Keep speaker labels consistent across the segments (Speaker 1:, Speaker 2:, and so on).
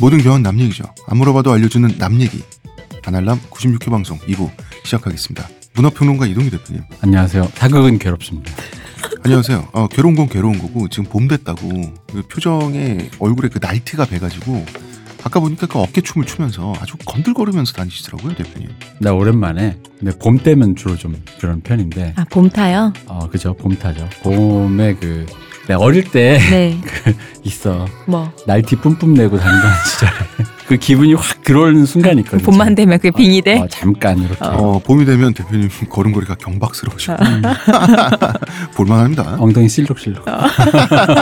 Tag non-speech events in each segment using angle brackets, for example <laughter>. Speaker 1: 모든 교환 남 얘기죠. 안 물어봐도 알려주는 남 얘기. 아날람 96회 방송 2부 시작하겠습니다. 문화평론가 이동규 대표님.
Speaker 2: 안녕하세요. 사극은 괴롭습니다.
Speaker 1: 안녕하세요. 어, 괴로운 건 괴로운 거고 지금 봄 됐다고 그 표정에 얼굴에 그 나이트가 배가지고 아까 보니까 그 어깨춤을 추면서 아주 건들거리면서 다니시더라고요 대표님.
Speaker 2: 나 오랜만에 근데 봄 때면 주로 좀 그런 편인데
Speaker 3: 아, 봄 타요?
Speaker 2: 어 그죠 봄 타죠. 봄에 그 내가 어릴 때
Speaker 3: 네.
Speaker 2: 있어
Speaker 3: 뭐.
Speaker 2: 날티 뿜뿜 내고 다니던 <laughs> 시절에 그 기분이 확 들어오는 순간이 있거든요.
Speaker 3: 봄만 되면 그게 빙이 돼?
Speaker 2: 어, 잠깐 이렇게
Speaker 3: 어.
Speaker 1: 어, 봄이 <laughs> 되면 대표님 걸음걸이가 경박스러우시고 <laughs> 볼만합니다.
Speaker 2: 엉덩이 실룩실룩
Speaker 3: 어.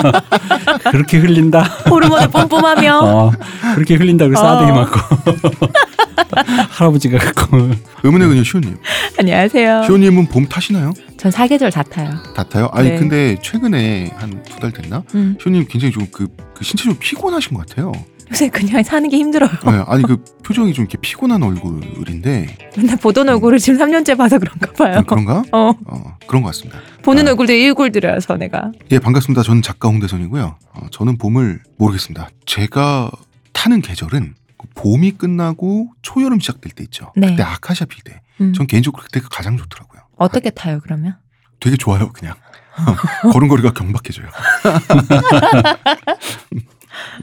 Speaker 2: <laughs> 그렇게 흘린다.
Speaker 3: 호르몬을 뿜뿜하며.
Speaker 2: 어 그렇게 흘린다 그 싸대기
Speaker 3: 어.
Speaker 2: 맞고 <laughs> 할아버지가 갖고
Speaker 1: 의문의 그녀 시호님.
Speaker 3: 안녕하세요.
Speaker 1: 시호님은 봄 타시나요?
Speaker 3: 전 사계절 다 타요.
Speaker 1: 다 타요? 아니
Speaker 3: 네.
Speaker 1: 근데 최근에 한 두 달 됐나?
Speaker 3: 음.
Speaker 1: 시호님 굉장히 좀그 그 신체적으로 피곤하신 것 같아요.
Speaker 3: 요새 그냥 사는 게 힘들어요.
Speaker 1: 네, 아니 그 표정이 좀 이렇게 피곤한 얼굴인데
Speaker 3: 맨날 보던 얼굴을 지금 3년째 봐서 그런가 봐요.
Speaker 1: 아,
Speaker 3: <laughs>
Speaker 1: 그런가?
Speaker 3: 어,
Speaker 1: 어, 그런 것 같습니다.
Speaker 3: 보는
Speaker 1: 아.
Speaker 3: 얼굴도 일골 들여서 내가.
Speaker 1: 예, 반갑습니다. 저는 작가 홍대선이고요. 어, 저는 봄을 모르겠습니다. 제가 타는 계절은 그 봄이 끝나고 초여름 시작될 때 있죠.
Speaker 3: 네.
Speaker 1: 그때 아카시아 필 때.
Speaker 3: 음.
Speaker 1: 전 개인적으로 그때가 가장 좋더라고요.
Speaker 3: 어떻게 타요, 그러면?
Speaker 1: 되게 좋아요, 그냥. 어, 걸음걸이가 경박해져요.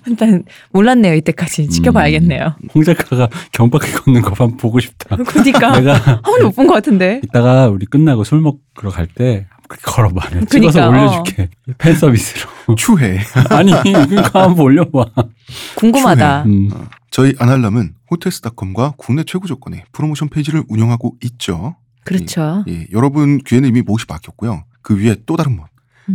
Speaker 3: 일단, 몰랐네요, 이때까지. 지켜봐야겠네요.
Speaker 2: 홍 작가가 경박해 걷는 것만 보고 싶다.
Speaker 3: 그니까.
Speaker 2: 내가
Speaker 3: 그러니까 한 번도 못 본 것 같은데.
Speaker 2: 이따가 우리 끝나고 술 먹으러 갈 때 그렇게 걸어봐. 내가
Speaker 3: 그러니까,
Speaker 2: 찍어서
Speaker 3: 어.
Speaker 2: 올려줄게. 팬 서비스로. <laughs>
Speaker 1: 추해.
Speaker 2: 아니, 그러니까 한번 올려봐.
Speaker 3: 궁금하다.
Speaker 2: 음.
Speaker 1: 저희 아날람은 호텔스닷컴과 국내 최고 조건의 프로모션 페이지를 운영하고 있죠.
Speaker 3: 그렇죠.
Speaker 1: 예, 여러분 귀에는 이미 못이 박혔고요. 그 위에 또 다른 못,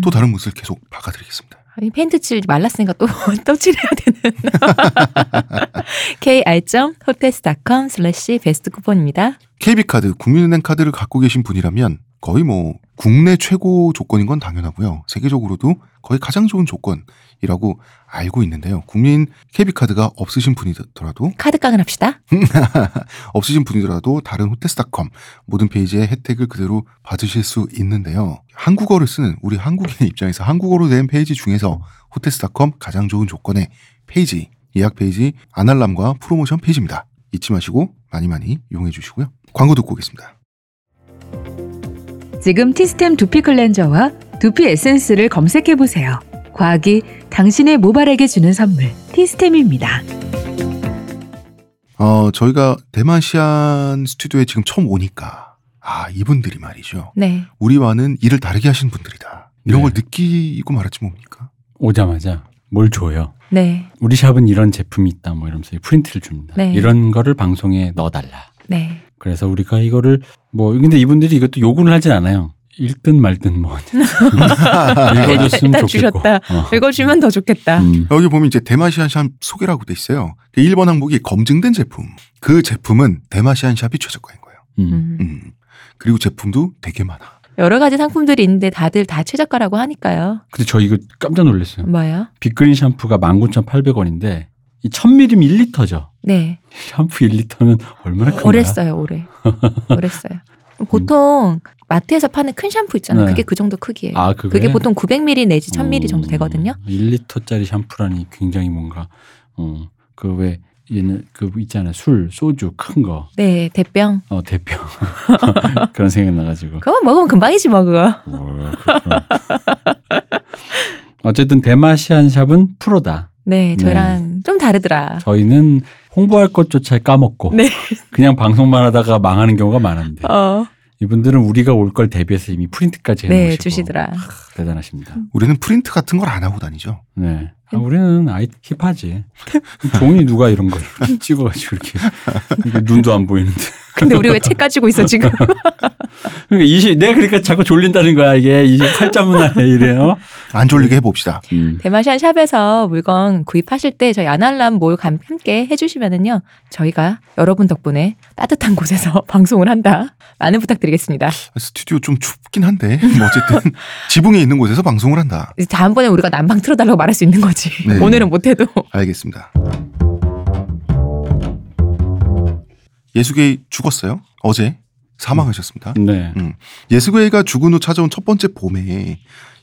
Speaker 1: 또
Speaker 3: 음.
Speaker 1: 다른 못을 계속 박아드리겠습니다.
Speaker 3: 아니, 팬트칠 말랐으니까 또, <laughs> 또 칠해야 되는. <laughs> e kr.hotels.com 슬래시 베스트 쿠폰입니다.
Speaker 1: KB카드, 국민은행 카드를 갖고 계신 분이라면 거의 뭐 국내 최고 조건인 건 당연하고요. 세계적으로도 거의 가장 좋은 조건이라고 알고 있는데요. 국민 KB카드가 없으신 분이더라도
Speaker 3: 카드 깡을 합시다.
Speaker 1: 없으신 분이더라도 다른 호텔스닷컴 모든 페이지의 혜택을 그대로 받으실 수 있는데요. 한국어를 쓰는 우리 한국인 입장에서 한국어로 된 페이지 중에서 호텔스닷컴 가장 좋은 조건의 페이지 예약 페이지 아날람과 프로모션 페이지입니다. 잊지 마시고 많이 많이 이용해 주시고요. 광고 듣고 오겠습니다.
Speaker 4: 지금 티스템 두피 클렌저와 두피 에센스를 검색해 보세요. 과학이 당신의 모발에게 주는 선물 티스템입니다.
Speaker 1: 어, 저희가 대만시안 스튜디오에 지금 처음 오니까, 아, 이분들이 말이죠.
Speaker 3: 네.
Speaker 1: 우리와는 일을 다르게 하신 분들이다. 이런
Speaker 2: 네.
Speaker 1: 걸 느끼고 말았지 뭡니까?
Speaker 2: 오자마자 뭘 줘요.
Speaker 3: 네.
Speaker 2: 우리 샵은 이런 제품이 있다, 뭐 이러면서 프린트를 줍니다.
Speaker 3: 네.
Speaker 2: 이런 거를 방송에 넣어달라.
Speaker 3: 네.
Speaker 2: 그래서 우리가 이거를 뭐, 근데 이분들이 이것도 요구를 하진 않아요. 읽든 말든
Speaker 3: <laughs>
Speaker 2: 뭐. 읽어줬으면 좋겠고.
Speaker 3: 일단 주셨다. 아.
Speaker 2: 어.
Speaker 3: 읽어주면 더 좋겠다.
Speaker 2: 음.
Speaker 1: 여기 보면 이제 대마시안 샵 소개라고 돼 있어요. 1번 항목이 검증된 제품. 그 제품은 대마시안 샵이 최저가인 거예요.
Speaker 2: 음.
Speaker 3: 음.
Speaker 1: 음. 그리고 제품도 되게 많아.
Speaker 3: 여러 가지 상품들이 있는데 다들 다 최저가라고 하니까요.
Speaker 2: 근데 저 이거 깜짝 놀랐어요.
Speaker 3: 뭐요?
Speaker 2: 빅그린 샴푸가 19,800원인데, 이 1000ml면 1리터죠.
Speaker 3: 네.
Speaker 2: 샴푸 1리터는 얼마나 큰가?
Speaker 3: 오래 써요, 오래. 오래 <laughs> 써요. 보통 마트에서 파는 큰 샴푸 있잖아요.
Speaker 2: 네.
Speaker 3: 그게 그 정도 크기예요.
Speaker 2: 아, 그게,
Speaker 3: 그게 보통 900ml 내지 1000ml 정도 되거든요.
Speaker 2: 1리터짜리 샴푸라니 굉장히 뭔가 어, 그 왜 얘는 그 있잖아요. 술, 소주 큰 거.
Speaker 3: 네, 대병.
Speaker 2: 어, 대표. <laughs> 그런 생각 나 가지고. 어,
Speaker 3: 그건 먹으면 금방이지 뭐 그거.
Speaker 2: 어쨌든 대마시안 샵은 프로다.
Speaker 3: 네, 저랑 좀 다르더라.
Speaker 2: 저희는 홍보할 것조차 까먹고
Speaker 3: 네.
Speaker 2: 그냥 방송만 하다가 망하는 경우가 많은데
Speaker 3: 어,
Speaker 2: 이분들은 우리가 올 걸 대비해서 이미 프린트까지 해놓으시고
Speaker 3: 네, 주시더라.
Speaker 2: 대단하십니다.
Speaker 1: 우리는 프린트 같은 걸 안 하고 다니죠.
Speaker 2: 네. 아,
Speaker 3: 음.
Speaker 2: 우리는 아이 힙하지. 종이 누가 이런 걸 <laughs> 찍어가지고 이렇게, 이렇게 눈도 안 보이는데.
Speaker 3: 근데 <laughs> 우리 왜 책 가지고 있어 지금?
Speaker 2: 그러니까 이시 내가 그러니까 자꾸 졸린다는 거야 이게 이팔자문화에 이래요.
Speaker 1: 안 졸리게 해봅시다.
Speaker 2: 음.
Speaker 3: 대마시안 샵에서 물건 구입하실 때 저희 아날람 몰 감- 함께 해주시면은요 저희가 여러분 덕분에 따뜻한 곳에서 <laughs> 방송을 한다 많은 부탁드리겠습니다.
Speaker 1: 스튜디오 좀 춥긴 한데, <laughs> 뭐 어쨌든 지붕에 있는 곳에서 방송을 한다.
Speaker 3: 이제 다음번에 우리가 난방 틀어달라고 말할 수 있는 거지.
Speaker 1: 네.
Speaker 3: 오늘은 못해도
Speaker 1: 알겠습니다. 예수계 죽었어요? 어제 사망하셨습니다.
Speaker 2: 네.
Speaker 1: 예수계가 죽은 후 찾아온 첫 번째 봄에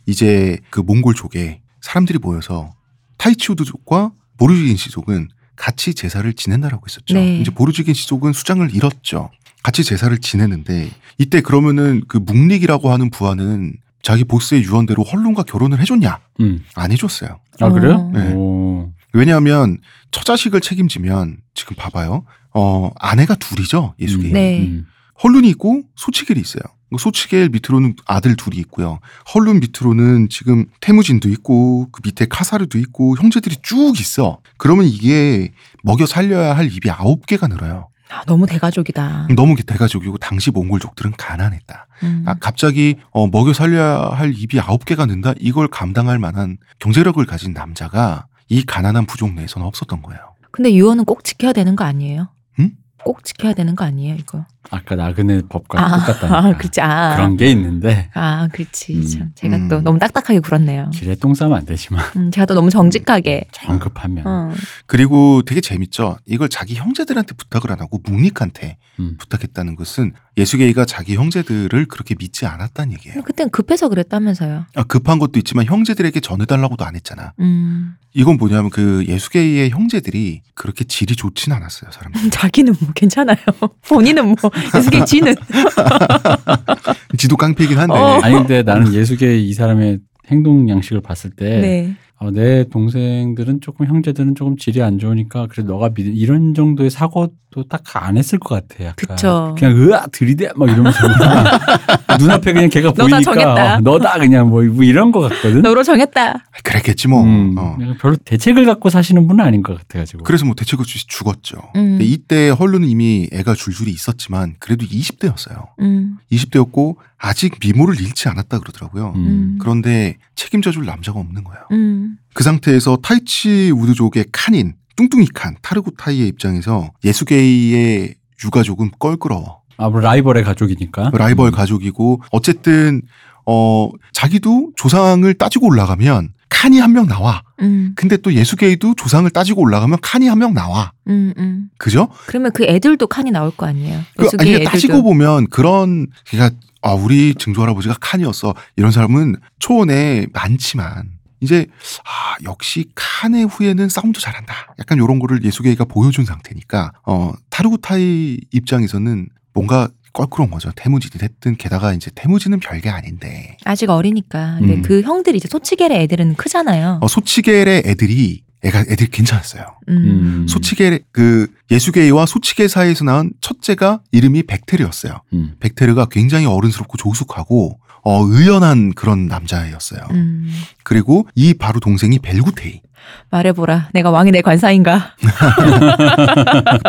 Speaker 1: 이제 그 몽골족에 사람들이 모여서 타이치우드족과 모르지인씨족은 같이 제사를 지낸다라고 했었죠.
Speaker 3: 네.
Speaker 1: 이제 보르지긴 시족은 수장을 잃었죠. 같이 제사를 지내는데 이때 그러면은 그 묵릭이라고 하는 부하는 자기 보스의 유언대로 헐룬과 결혼을 해줬냐?
Speaker 2: 음.
Speaker 1: 안 해줬어요.
Speaker 2: 아 그래요?
Speaker 1: 네.
Speaker 2: 오.
Speaker 1: 왜냐하면 처자식을 책임지면 지금 봐봐요. 어 아내가 둘이죠 예수계.
Speaker 2: 음,
Speaker 3: 네.
Speaker 2: 음.
Speaker 1: 헐룬이 있고 소치겔이 있어요. 그 소치겔 밑으로는 아들 둘이 있고요. 헐룬 밑으로는 지금 태무진도 있고 그 밑에 카사르도 있고 형제들이 쭉 있어. 그러면 이게 먹여 살려야 할 입이 아홉 개가 늘어요.
Speaker 3: 아, 너무 대가족이다.
Speaker 1: 너무 대가족이고 당시 몽골족들은 가난했다.
Speaker 3: 음.
Speaker 1: 음. 아, 갑자기 어, 먹여 살려야 할 입이 아홉 개가 는다. 이걸 감당할 만한 경제력을 가진 남자가 이 가난한 부족 내에서는 없었던 거예요.
Speaker 3: 근데 유언은 꼭 지켜야 되는 거 아니에요?
Speaker 1: 응?
Speaker 3: 꼭 지켜야 되는 거 아니에요, 이거?
Speaker 2: 아까 나그네 법과
Speaker 3: 아,
Speaker 2: 똑같다니까.
Speaker 3: 아, <laughs> 그렇지. 아,
Speaker 2: 그런 게 있는데
Speaker 3: 아, 그렇지.
Speaker 2: 음.
Speaker 3: 참, 제가
Speaker 1: 음.
Speaker 3: 또 너무 딱딱하게 굴었네요.
Speaker 2: 길에 똥 싸면 안 되지만 <laughs>
Speaker 3: 음, 제가 또 너무 정직하게.
Speaker 2: 정급하면
Speaker 3: 어.
Speaker 1: 그리고 되게 재밌죠. 이걸 자기 형제들한테 부탁을 안 하고 묵릭한테
Speaker 2: 음.
Speaker 1: 부탁했다는 것은 예수계이가 자기 형제들을 그렇게 믿지 않았다는
Speaker 3: 근데
Speaker 1: 얘기예요.
Speaker 3: 그땐 급해서 그랬다면서요.
Speaker 1: 아, 급한 것도 있지만 형제들에게 전해달라고도 안 했잖아.
Speaker 3: 음.
Speaker 1: 이건 뭐냐면 그 예수계이의 형제들이 그렇게 질이 좋진 않았어요, 사람들.
Speaker 3: 자기는 뭐 괜찮아요. <laughs> 본인은 뭐 예수계
Speaker 1: <laughs>
Speaker 3: 지는
Speaker 1: 지도 깡패이긴 한데
Speaker 3: 어.
Speaker 2: 아니 근데 나는 예수계 이 사람의 행동 양식을 봤을 때 아, 내
Speaker 3: 네.
Speaker 2: 동생들은 조금 형제들은 조금 질이 안 좋으니까 그래 너가 믿 이런 정도의 사고도 딱 안 했을 것 같아. 약간.
Speaker 3: 그쵸.
Speaker 2: 그냥 으아 들이대 막 이러면서 그냥 <laughs> 눈앞에 그냥 걔가
Speaker 3: 너다
Speaker 2: 보이니까
Speaker 3: 정했다.
Speaker 2: 어, 너다 그냥 뭐, 뭐 이런 것 같거든.
Speaker 3: 너로 정했다.
Speaker 1: 그랬겠지 뭐.
Speaker 2: 음,
Speaker 1: 어.
Speaker 2: 내가 별로 대책을 갖고 사시는 분은 아닌 것 같아가지고.
Speaker 1: 그래서 뭐 대책을 주시 죽었죠.
Speaker 3: 음.
Speaker 1: 근데 이때 헐룬은 이미 애가 줄줄이 있었지만 그래도 20대였어요.
Speaker 3: 음.
Speaker 1: 20대였고 아직 미모를 잃지 않았다 그러더라고요.
Speaker 2: 음.
Speaker 1: 그런데 책임져줄 남자가 없는 거예요.
Speaker 3: 음.
Speaker 1: 그 상태에서 타이치 우드족의 칸인 뚱뚱이 칸 타르구타이의 입장에서 예수게이의 유가족은 껄끄러워
Speaker 2: 아, 뭐 라이벌의 가족이니까.
Speaker 1: 라이벌
Speaker 2: 음.
Speaker 1: 가족이고 어쨌든 어 자기도 조상을 따지고 올라가면 칸이 한 명 나와
Speaker 3: 음.
Speaker 1: 근데 또 예수게이도 조상을 따지고 올라가면 칸이 한 명 나와
Speaker 3: 음. 음.
Speaker 1: 그죠?
Speaker 3: 그러면 그 애들도 칸이 나올 거 아니에요.
Speaker 1: 그,
Speaker 3: 예수계
Speaker 1: 아니
Speaker 3: 애들도.
Speaker 1: 그러니까 따지고 보면 그런 그러니까 아 우리 증조 할아버지가 칸이었어 이런 사람은 초원에 많지만 이제 아 역시 칸의 후예는 싸움도 잘한다 약간 요런 거를 예수계가 보여준 상태니까 어 타르구타이 입장에서는 뭔가 껄끄러운 거죠 태무진이 됐든 게다가 이제 태무진은 별게 아닌데
Speaker 3: 아직 어리니까. 근데
Speaker 2: 음.
Speaker 3: 그 형들이 이제 소치겔의 애들은 크잖아요.
Speaker 1: 어, 소치겔의 애들이 애가 애들 괜찮았어요
Speaker 3: 음.
Speaker 2: 음.
Speaker 1: 소치겔 그 예수계와 소치겔 사이에서 낳은 첫째가 이름이 백테르였어요.
Speaker 2: 음.
Speaker 1: 백테르가 굉장히 어른스럽고 조숙하고 어, 의연한 그런 남자였어요.
Speaker 3: 음.
Speaker 1: 그리고 이 바로 동생이 벨구테이.
Speaker 3: 말해보라. 내가 왕이 내
Speaker 1: <laughs>
Speaker 3: 관사인가?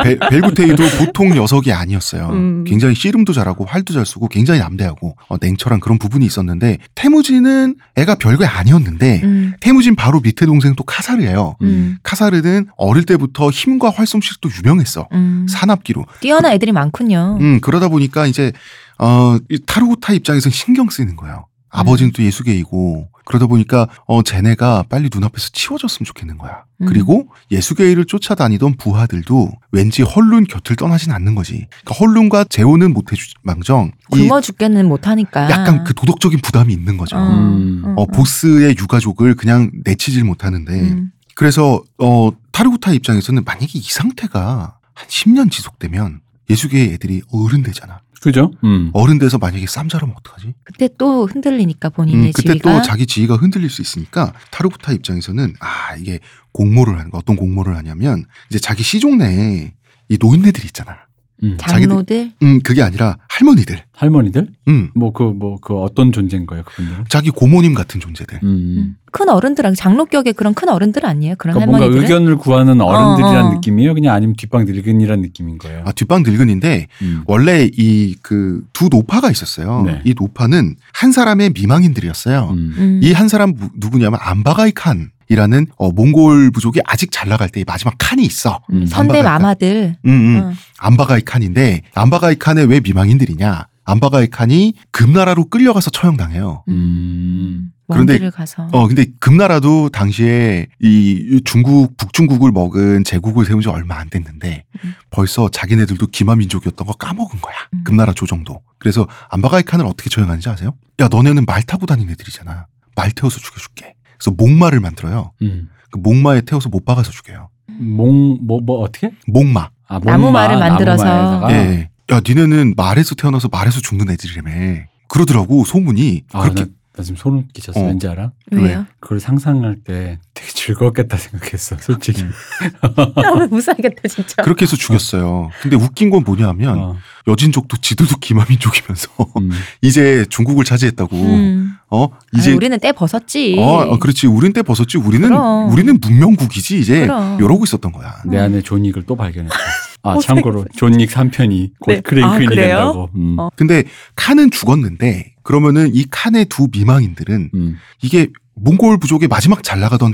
Speaker 1: 벨-
Speaker 3: <laughs>
Speaker 1: 벨구테이도 보통 녀석이 아니었어요.
Speaker 3: 음.
Speaker 1: 굉장히 씨름도 잘하고 활도 잘 쓰고 굉장히 남대하고 어, 냉철한 그런 부분이 있었는데 태무진은 애가 별거 아니었는데
Speaker 3: 음.
Speaker 1: 태무진 바로 밑에 동생 또 카사르예요.
Speaker 3: 음.
Speaker 1: 카사르는 어릴 때부터 힘과 활솜씨도 유명했어.
Speaker 3: 음.
Speaker 1: 산업기로.
Speaker 3: 뛰어난 애들이 많군요.
Speaker 1: 음, 그러다 보니까 이제 어, 이 타르구타 입장에선 신경 쓰이는 거예요.
Speaker 3: 음.
Speaker 1: 아버지는 또 예수계이고 그러다 보니까 어 쟤네가 빨리 눈앞에서 치워졌으면 좋겠는 거야.
Speaker 3: 음.
Speaker 1: 그리고 예수계이를 쫓아다니던 부하들도 왠지 헐룬 곁을 떠나진 않는 거지. 그러니까 헐룬과 재혼은 못 해주망정 이
Speaker 3: 굶어 죽겠는 못하니까.
Speaker 1: 약간 그 도덕적인 부담이 있는 거죠.
Speaker 3: 어,
Speaker 2: 음.
Speaker 3: 어,
Speaker 1: 어 보스의 유가족을 그냥 내치질 못하는데
Speaker 3: 음.
Speaker 1: 그래서 어 타르구타 입장에서는 만약에 이 상태가 한 10년 지속되면 예수계의 애들이 어른 되잖아.
Speaker 2: 그죠? 음.
Speaker 1: 어른 돼서 만약에 쌈자라면 어떡하지?
Speaker 3: 그때 또 흔들리니까 본인의
Speaker 1: 음, 그때
Speaker 3: 지위가.
Speaker 1: 또 자기 지위가 흔들릴 수 있으니까 타르부타 입장에서는 아 이게 공모를 하는 거 어떤 공모를 하냐면 이제 자기 시종 내에 이 노인네들이 있잖아.
Speaker 2: 음.
Speaker 3: 장로들.
Speaker 1: 음 그게 아니라 할머니들.
Speaker 2: 할머니들?
Speaker 1: 음
Speaker 2: 뭐 그 뭐 그 어떤 존재인 거예요, 그분들은?
Speaker 1: 자기 고모님 같은 존재들.
Speaker 2: 음.
Speaker 3: 음. 큰 어른들하고 장로격의 그런 큰 어른들 아니에요? 그런
Speaker 2: 그러니까 뭔가
Speaker 3: 할머니들은.
Speaker 2: 의견을 구하는 어른들이란
Speaker 3: 어, 어.
Speaker 2: 느낌이에요? 그냥 아니면 뒷방 늙은이란 느낌인 거예요?
Speaker 1: 아 뒷방 늙은인데
Speaker 2: 음.
Speaker 1: 원래 이 그 두 노파가 있었어요.
Speaker 2: 네.
Speaker 1: 이 노파는 한 사람의 미망인들이었어요.
Speaker 2: 음.
Speaker 3: 음.
Speaker 1: 이 한 사람 누- 누구냐면 안바가이 칸이라는 어, 몽골 부족이 아직 잘 나갈 때 이 마지막 칸이 있어.
Speaker 2: 음.
Speaker 3: 선대
Speaker 1: 안바갈까?
Speaker 3: 마마들.
Speaker 1: 음, 음.
Speaker 3: 어.
Speaker 1: 안바가이 칸인데 안바가이 칸에 왜 미망인들이냐? 안바가이 칸이 금나라로 끌려가서 처형당해요.
Speaker 2: 음.
Speaker 1: 그런데-
Speaker 3: 왕들을 가서.
Speaker 1: 어 근데 금나라도 당시에 이 중국 북중국을 먹은 제국을 세운 지 얼마 안 됐는데
Speaker 3: 음.
Speaker 1: 벌써 자기네들도 기마 민족이었던 거 까먹은 거야.
Speaker 3: 음.
Speaker 1: 금나라 조정도. 그래서 안바가이 칸을 어떻게 처형하는지 아세요? 야 너네는 말 타고 다니는 애들이잖아. 말 태워서 죽여줄게. 그래서 목마를 만들어요.
Speaker 2: 음.
Speaker 1: 그 목마에 태워서 못 박아서 죽여요.
Speaker 2: 몽, 뭐, 뭐, 어떻게?
Speaker 1: 목마.
Speaker 2: 아,
Speaker 3: 나무 말을 만들어서.
Speaker 2: 나무말에다가.
Speaker 1: 예, 예. 야 니네는 말에서 태어나서 말에서 죽는 애들이라며. 그러더라고 소문이
Speaker 2: 아,
Speaker 1: 그렇게
Speaker 2: 나, 나 지금 소름 끼쳤어.
Speaker 1: 어.
Speaker 2: 왠지 알아?
Speaker 3: 왜요? <laughs>
Speaker 2: 그걸 상상할 때 되게 즐겁겠다 생각했어, 솔직히.
Speaker 1: 음.
Speaker 3: 아, 너무 무사하겠다 진짜.
Speaker 1: 그렇게 해서 죽였어요. 근데 웃긴 건 뭐냐면
Speaker 2: 어,
Speaker 1: 여진족도 지도도 기마민족이면서 <laughs>
Speaker 2: 음.
Speaker 1: 이제 중국을 차지했다고.
Speaker 3: 음.
Speaker 1: 어
Speaker 3: 이제
Speaker 1: 이제
Speaker 3: 우리는 때 벗었지.
Speaker 1: 어 어, 그렇지 우린 때 벗었지 우리는
Speaker 3: 그럼.
Speaker 1: 우리는 문명국이지 이제
Speaker 3: 그럼.
Speaker 1: 이러고 있었던 거야.
Speaker 2: 내
Speaker 3: 음.
Speaker 2: 안에 존익을 또 발견했어. 아,
Speaker 3: 어,
Speaker 2: 참고로 존익 3편이 곧
Speaker 3: 네. 아,
Speaker 2: 크랭크인이
Speaker 3: 그래요?
Speaker 2: 된다고. 음.
Speaker 3: 어.
Speaker 1: 근데 칸은 죽었는데 그러면은 이 칸의 두 미망인들은
Speaker 2: 음.
Speaker 1: 이게 몽골 부족의 마지막 잘 나가던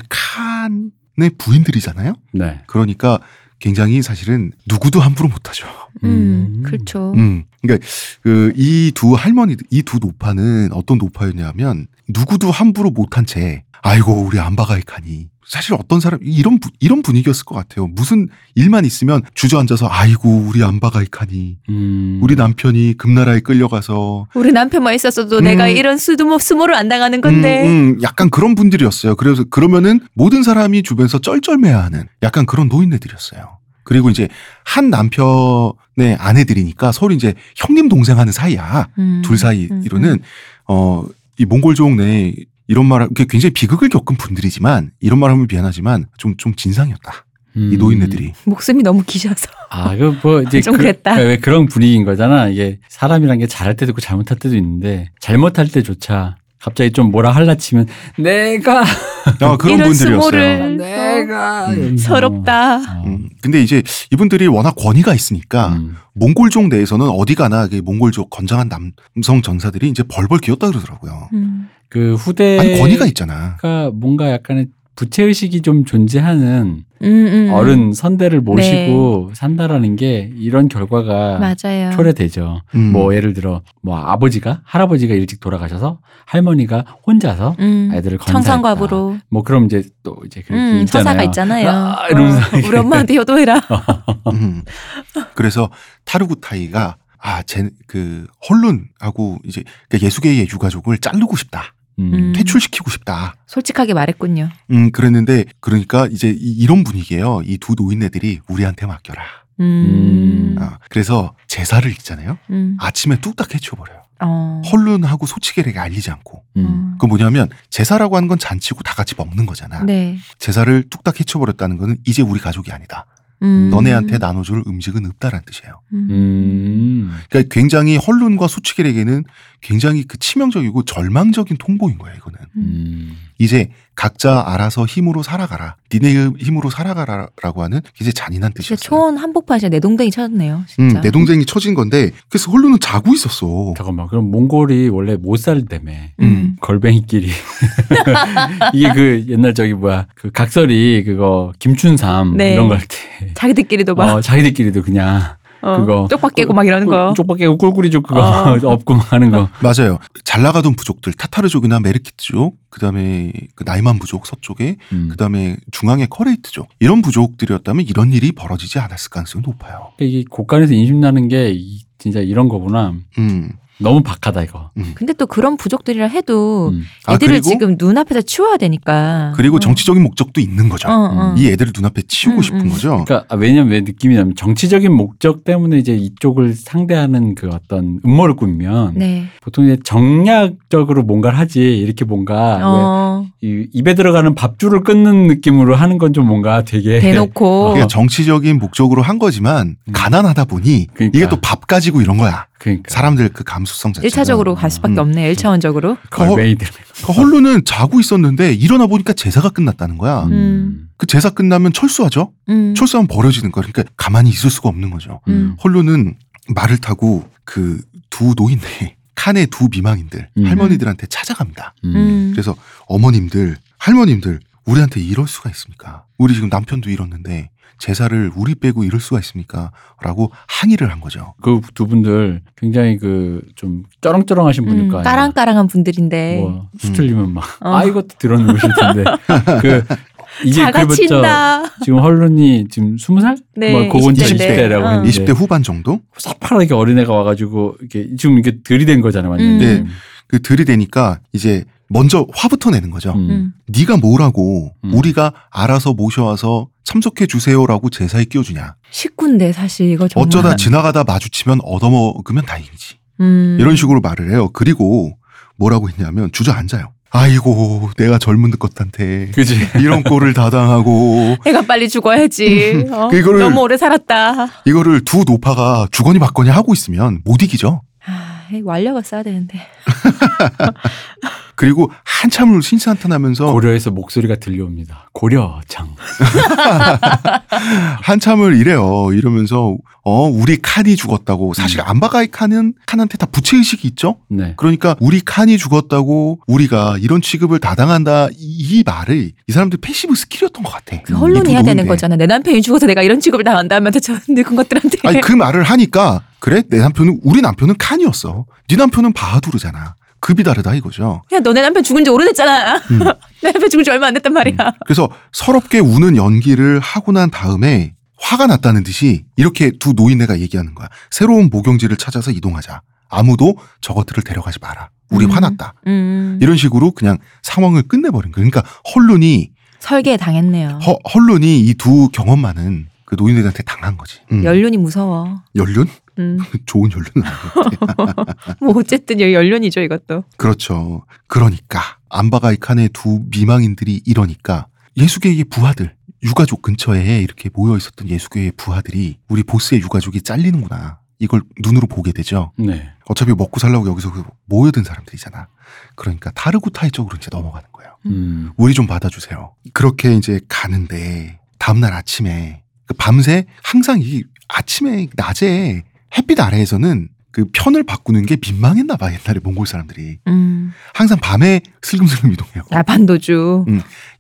Speaker 1: 칸의 부인들이잖아요.
Speaker 2: 네.
Speaker 1: 그러니까 굉장히 사실은 누구도 함부로 못하죠.
Speaker 3: 음,
Speaker 2: 음.
Speaker 3: 그렇죠.
Speaker 1: 음. 그러니까 그 이 두 할머니 이 두 노파는 어떤 노파였냐면 누구도 함부로 못한 채 아이고 우리 안바가이 칸이 사실 어떤 사람 이런 부- 이런 분위기였을 것 같아요. 무슨 일만 있으면 주저앉아서 아이고 우리 안바가이 칸이
Speaker 2: 음.
Speaker 1: 우리 남편이 금나라에 끌려가서
Speaker 3: 우리 남편만 있었어도
Speaker 1: 음.
Speaker 3: 내가 이런 수두모 수모를 안 당하는
Speaker 1: 음,
Speaker 3: 건데.
Speaker 1: 음, 약간 그런 분들이었어요. 그래서 그러면은 모든 사람이 주변에서 쩔쩔매야하는 약간 그런 노인네들이었어요. 그리고 이제 한 남편의 아내들이니까 서로 이제 형님 동생 하는 사이야.
Speaker 3: 음.
Speaker 1: 둘
Speaker 3: 음,
Speaker 1: 사이로는 어 이 몽골족 내에 이런 말 이게 굉장히 비극을 겪은 분들이지만 이런 말하면 미안하지만 좀 좀 진상이었다
Speaker 2: 음.
Speaker 1: 이 노인네들이
Speaker 3: 목숨이 너무 기셔서.
Speaker 2: 아, 그뭐 이제
Speaker 3: 좀
Speaker 2: 그-
Speaker 3: 그랬다.
Speaker 2: 그러니까 왜 그런 분위기인 거잖아. 이게 사람이란 게 잘할 때도 있고 잘못할 때도 있는데 잘못할 때조차 갑자기 좀 뭐라 할라치면 내가
Speaker 1: 아, 그런
Speaker 3: 이런
Speaker 1: 분들이었어요.
Speaker 3: 수모를
Speaker 2: 내가
Speaker 1: 음.
Speaker 3: 서럽다.
Speaker 2: 어.
Speaker 1: 음, 근데 이제 이분들이 워낙 권위가 있으니까
Speaker 2: 음.
Speaker 1: 몽골족 내에서는 어디 가나 그 몽골족 건장한 남성 전사들이 이제 벌벌 기었다 그러더라고요.
Speaker 3: 음.
Speaker 2: 그 후대
Speaker 1: 아니 권위가 있잖아.
Speaker 2: 그러니까 뭔가 약간의 부채 의식이 좀 존재하는
Speaker 3: 음, 음.
Speaker 2: 어른 선대를 모시고 산다라는 게 이런 결과가
Speaker 3: 맞아요.
Speaker 2: 초래되죠.
Speaker 1: 음.
Speaker 2: 뭐 예를 들어 뭐 아버지가 할아버지가 일찍 돌아가셔서 할머니가 혼자서
Speaker 3: 음.
Speaker 2: 아이들을 건사했다.
Speaker 3: 청산과부로
Speaker 2: 뭐 그럼 이제 또 이제 그렇게
Speaker 3: 음,
Speaker 2: 있잖아요.
Speaker 3: 서사가 있잖아요.
Speaker 2: 아, 이러면서
Speaker 3: 어, 우리 엄마한테 효도해라.
Speaker 1: 음. 그래서 타르구타이가 아제그 헐룬하고 이제 그 예수계의 유가족을 자르고 싶다,
Speaker 2: 음.
Speaker 1: 퇴출시키고 싶다.
Speaker 3: 솔직하게 말했군요.
Speaker 1: 음, 그랬는데 그러니까 이제 이, 런 분위기예요. 이 두 노인네들이 우리한테 맡겨라.
Speaker 3: 음.
Speaker 1: 아, 그래서 제사를 있잖아요.
Speaker 3: 음.
Speaker 1: 아침에 뚝딱 해치워버려요.
Speaker 3: 어.
Speaker 1: 헐룬하고 소치계에게 알리지 않고.
Speaker 2: 음.
Speaker 1: 그 뭐냐면 제사라고 하는 건 잔치고 다 같이 먹는 거잖아.
Speaker 3: 네.
Speaker 1: 제사를 뚝딱 해치워버렸다는 거는 이제 우리 가족이 아니다.
Speaker 3: 음.
Speaker 1: 너네한테 나눠줄 음식은 없다라는 뜻이에요.
Speaker 2: 음.
Speaker 1: 그러니까 굉장히 헐룬과 소치계에게는 굉장히 그 치명적이고 절망적인 통보인 거예요. 이거는
Speaker 2: 음.
Speaker 1: 이제 각자 알아서 힘으로 살아가라. 니네 힘으로 살아가라라고 하는 이제 잔인한
Speaker 3: 진짜
Speaker 1: 뜻이었어요.
Speaker 3: 초원 한복판에 내 동댕이 찾았네요. 진짜.
Speaker 1: 음, 내 동생이 처진 건데 그래서 홀로는 자고 있었어.
Speaker 2: 잠깐만. 그럼 몽골이 원래 못 살다며.
Speaker 1: 음.
Speaker 2: 걸뱅이끼리 <laughs> 이게 그 옛날 저기 뭐야 그 각설이 그거 김춘삼
Speaker 3: 네.
Speaker 2: 이런 걸때
Speaker 3: 자기들끼리도 막
Speaker 2: 어, 자기들끼리도 그냥
Speaker 3: 어,
Speaker 2: 그거. 어,
Speaker 3: 쪽박 깨고 막 이러는 거.
Speaker 2: 쪽밖에 꿀꿀이죽 그거
Speaker 3: 어.
Speaker 2: <laughs> 없고 막 하는 거
Speaker 1: 맞아요. 잘 나가던 부족들 타타르족이나 메르키트족, 그다음에 그 나이만 부족 서쪽에,
Speaker 2: 음.
Speaker 1: 그다음에 중앙의 커레이트족 이런 부족들이었다면 이런 일이 벌어지지 않았을 가능성이 높아요.
Speaker 2: 이게 곳간에서 인심 나는 게 이- 진짜 이런 거구나
Speaker 1: 음.
Speaker 2: 너무 박하다 이거
Speaker 3: 근데 또 그런 부족들이라 해도
Speaker 2: 음.
Speaker 1: 아,
Speaker 3: 애들을
Speaker 1: 그리고-
Speaker 3: 지금 눈앞에서 치워야 되니까.
Speaker 1: 그리고
Speaker 3: 어.
Speaker 1: 정치적인 목적도 있는 거죠.
Speaker 3: 어, 어.
Speaker 1: 이 애들을 눈앞에 치우고
Speaker 3: 음,
Speaker 1: 싶은
Speaker 3: 음.
Speaker 1: 거죠.
Speaker 2: 그러니까 아, 왜냐면 왜 느낌이냐면 정치적인 목적 때문에 이제 이쪽을 상대하는 그 어떤 음모를 꾸면
Speaker 3: 네.
Speaker 2: 보통 이제 정략적으로 뭔가를 하지 이렇게 뭔가 아, 왜
Speaker 3: 어,
Speaker 2: 이 입에 들어가는 밥줄을 끊는 느낌으로 하는 건 좀 뭔가 되게
Speaker 3: 대놓고.
Speaker 1: 그러니까 정치적인 목적으로 한 거지만
Speaker 2: 음.
Speaker 1: 가난하다 보니
Speaker 2: 그러니까.
Speaker 1: 이게 또 밥 가지고 이런 거야.
Speaker 2: <laughs> 그러니까
Speaker 1: 사람들 그 감수성 자체가.
Speaker 3: 일차적으로갈 수밖에
Speaker 1: 음.
Speaker 3: 없네. 1차원적으로.
Speaker 2: 걸베이들
Speaker 1: 그 헐루는 자고 있었는데 일어나 보니까 제사가 끝났다는 거야.
Speaker 3: 음.
Speaker 1: 그 제사 끝나면 철수하죠.
Speaker 3: 음.
Speaker 1: 철수하면 버려지는 거야. 그러니까 가만히 있을 수가 없는 거죠.
Speaker 3: 음.
Speaker 1: 헐루는 말을 타고 그 두 노인네, <laughs> 칸의 두 미망인들,
Speaker 2: 음.
Speaker 1: 할머니들한테 찾아갑니다.
Speaker 3: 음.
Speaker 1: 그래서 어머님들, 할머님들, 우리한테 이럴 수가 있습니까? 우리 지금 남편도 잃었는데 제사를 우리 빼고 이럴 수가 있습니까? 라고 항의를 한 거죠.
Speaker 2: 그 두 분들 굉장히 그 좀 쩌렁쩌렁하신 분일 거
Speaker 3: 음,
Speaker 2: 아니에요.
Speaker 3: 까랑까랑한 분들인데.
Speaker 2: 뭐 수틀리면 막
Speaker 3: 어.
Speaker 2: 아 이것도 들어놓으실
Speaker 3: <laughs>
Speaker 2: 텐데 그 이게
Speaker 3: 자가
Speaker 2: 그래봤자
Speaker 3: 친다.
Speaker 2: 지금 헐룬이 지금 스무 살?
Speaker 3: 네,
Speaker 2: 뭐 그건
Speaker 3: 20대 인데.
Speaker 2: 20대라고
Speaker 3: 어.
Speaker 2: 했는데
Speaker 1: 20대 후반 정도?
Speaker 2: 새파랗게 어린애가 와가지고 이렇게 지금 이게 들이댄 거잖아요 완전.
Speaker 3: 음.
Speaker 1: 네. 그 들이대니까 이제 먼저 화부터 내는 거죠.
Speaker 2: 음.
Speaker 3: 음.
Speaker 1: 네가 뭐라고
Speaker 2: 음.
Speaker 1: 우리가 알아서 모셔와서 참석해 주세요라고 제사에 끼워주냐.
Speaker 3: 식구인데 사실 이거 정말
Speaker 1: 어쩌다 지나가다 마주치면 얻어먹으면 다행이지.
Speaker 3: 음.
Speaker 1: 이런 식으로 말을 해요. 그리고 뭐라고 했냐면 주저앉아요. 아이고 내가 젊은 것한테
Speaker 2: 그지.
Speaker 1: <laughs> 이런 꼴을 다 당하고
Speaker 3: 내가 빨리
Speaker 1: <laughs>
Speaker 3: 죽어야지. 어,
Speaker 1: 그 이거를-
Speaker 3: 너무 오래 살았다.
Speaker 1: 이거를 두 노파가 주거니 받거니 하고 있으면 못 이기죠.
Speaker 3: 아, 이 완력을 써야 되는데.
Speaker 1: 음, 그리고 한참을 신세한탄하면서
Speaker 2: 고려에서 목소리가 들려옵니다. 고려장.
Speaker 1: 한참을 이래요. 이러면서 어 우리 칸이 죽었다고
Speaker 2: 음.
Speaker 1: 사실 안바가이 칸은 칸한테 다 부채 의식이 있죠.
Speaker 2: 네.
Speaker 1: 그러니까 우리 칸이 죽었다고 우리가 이런 취급을 다당한다 이, 이 말을 이 사람들 패시브 스킬이었던 것 같아.
Speaker 3: 그 혼론해야
Speaker 1: 이
Speaker 3: 되는
Speaker 1: 부분인데.
Speaker 3: 거잖아. 내 남편이 죽어서 내가 이런 취급을 당한다면 저 <laughs> 늙은 것들한테.
Speaker 1: 아니 그 말을 하니까 그래 내 남편은 우리 남편은 칸이었어. 네 남편은 바하두르잖아. 급이 다르다 이거죠.
Speaker 3: 야, 너네 남편 죽은 지 오래됐잖아.
Speaker 1: 음.
Speaker 3: <laughs> 내 남편 죽은 지 얼마 안 됐단 말이야.
Speaker 1: 그래서 서럽게 우는 연기를 하고 난 다음에 화가 났다는 듯이 이렇게 두 노인네가 얘기하는 거야. 새로운 모경지를 찾아서 이동하자. 아무도 저것들을 데려가지 마라. 우리
Speaker 3: 음.
Speaker 1: 화났다.
Speaker 3: 음.
Speaker 1: 이런 식으로 그냥 상황을 끝내버린 거예요. 그러니까 헐룬이
Speaker 3: 설계에 당했네요.
Speaker 1: 허, 헐룬이 이 두 경험만은 그 노인네들한테 당한 거지. 음.
Speaker 3: 연륜이 무서워.
Speaker 1: 연륜? <laughs>
Speaker 3: 음.
Speaker 1: 좋은 연륜은 아니야.
Speaker 3: 뭐 어쨌든 여기 연륜이죠 이것도.
Speaker 1: 그렇죠. 그러니까 안바가이 칸의 두 미망인들이 이러니까 예수계의 부하들 유가족 근처에 이렇게 모여 있었던 예수계의 부하들이 우리 보스의 유가족이 잘리는구나 이걸 눈으로 보게 되죠.
Speaker 2: 네.
Speaker 1: 어차피 먹고 살라고 여기서 그 모여든 사람들이잖아. 그러니까 타르구타이 쪽으로 이제 넘어가는 거예요.
Speaker 2: 음.
Speaker 1: 우리 좀 받아주세요. 그렇게 이제 가는데 다음날 아침에 그 밤새 항상 이 아침에 낮에 햇빛 아래에서는 그 편을 바꾸는 게 민망했나 봐 옛날에 몽골 사람들이.
Speaker 3: 음.
Speaker 1: 항상 밤에 슬금슬금 이동해요.
Speaker 3: 야반도주.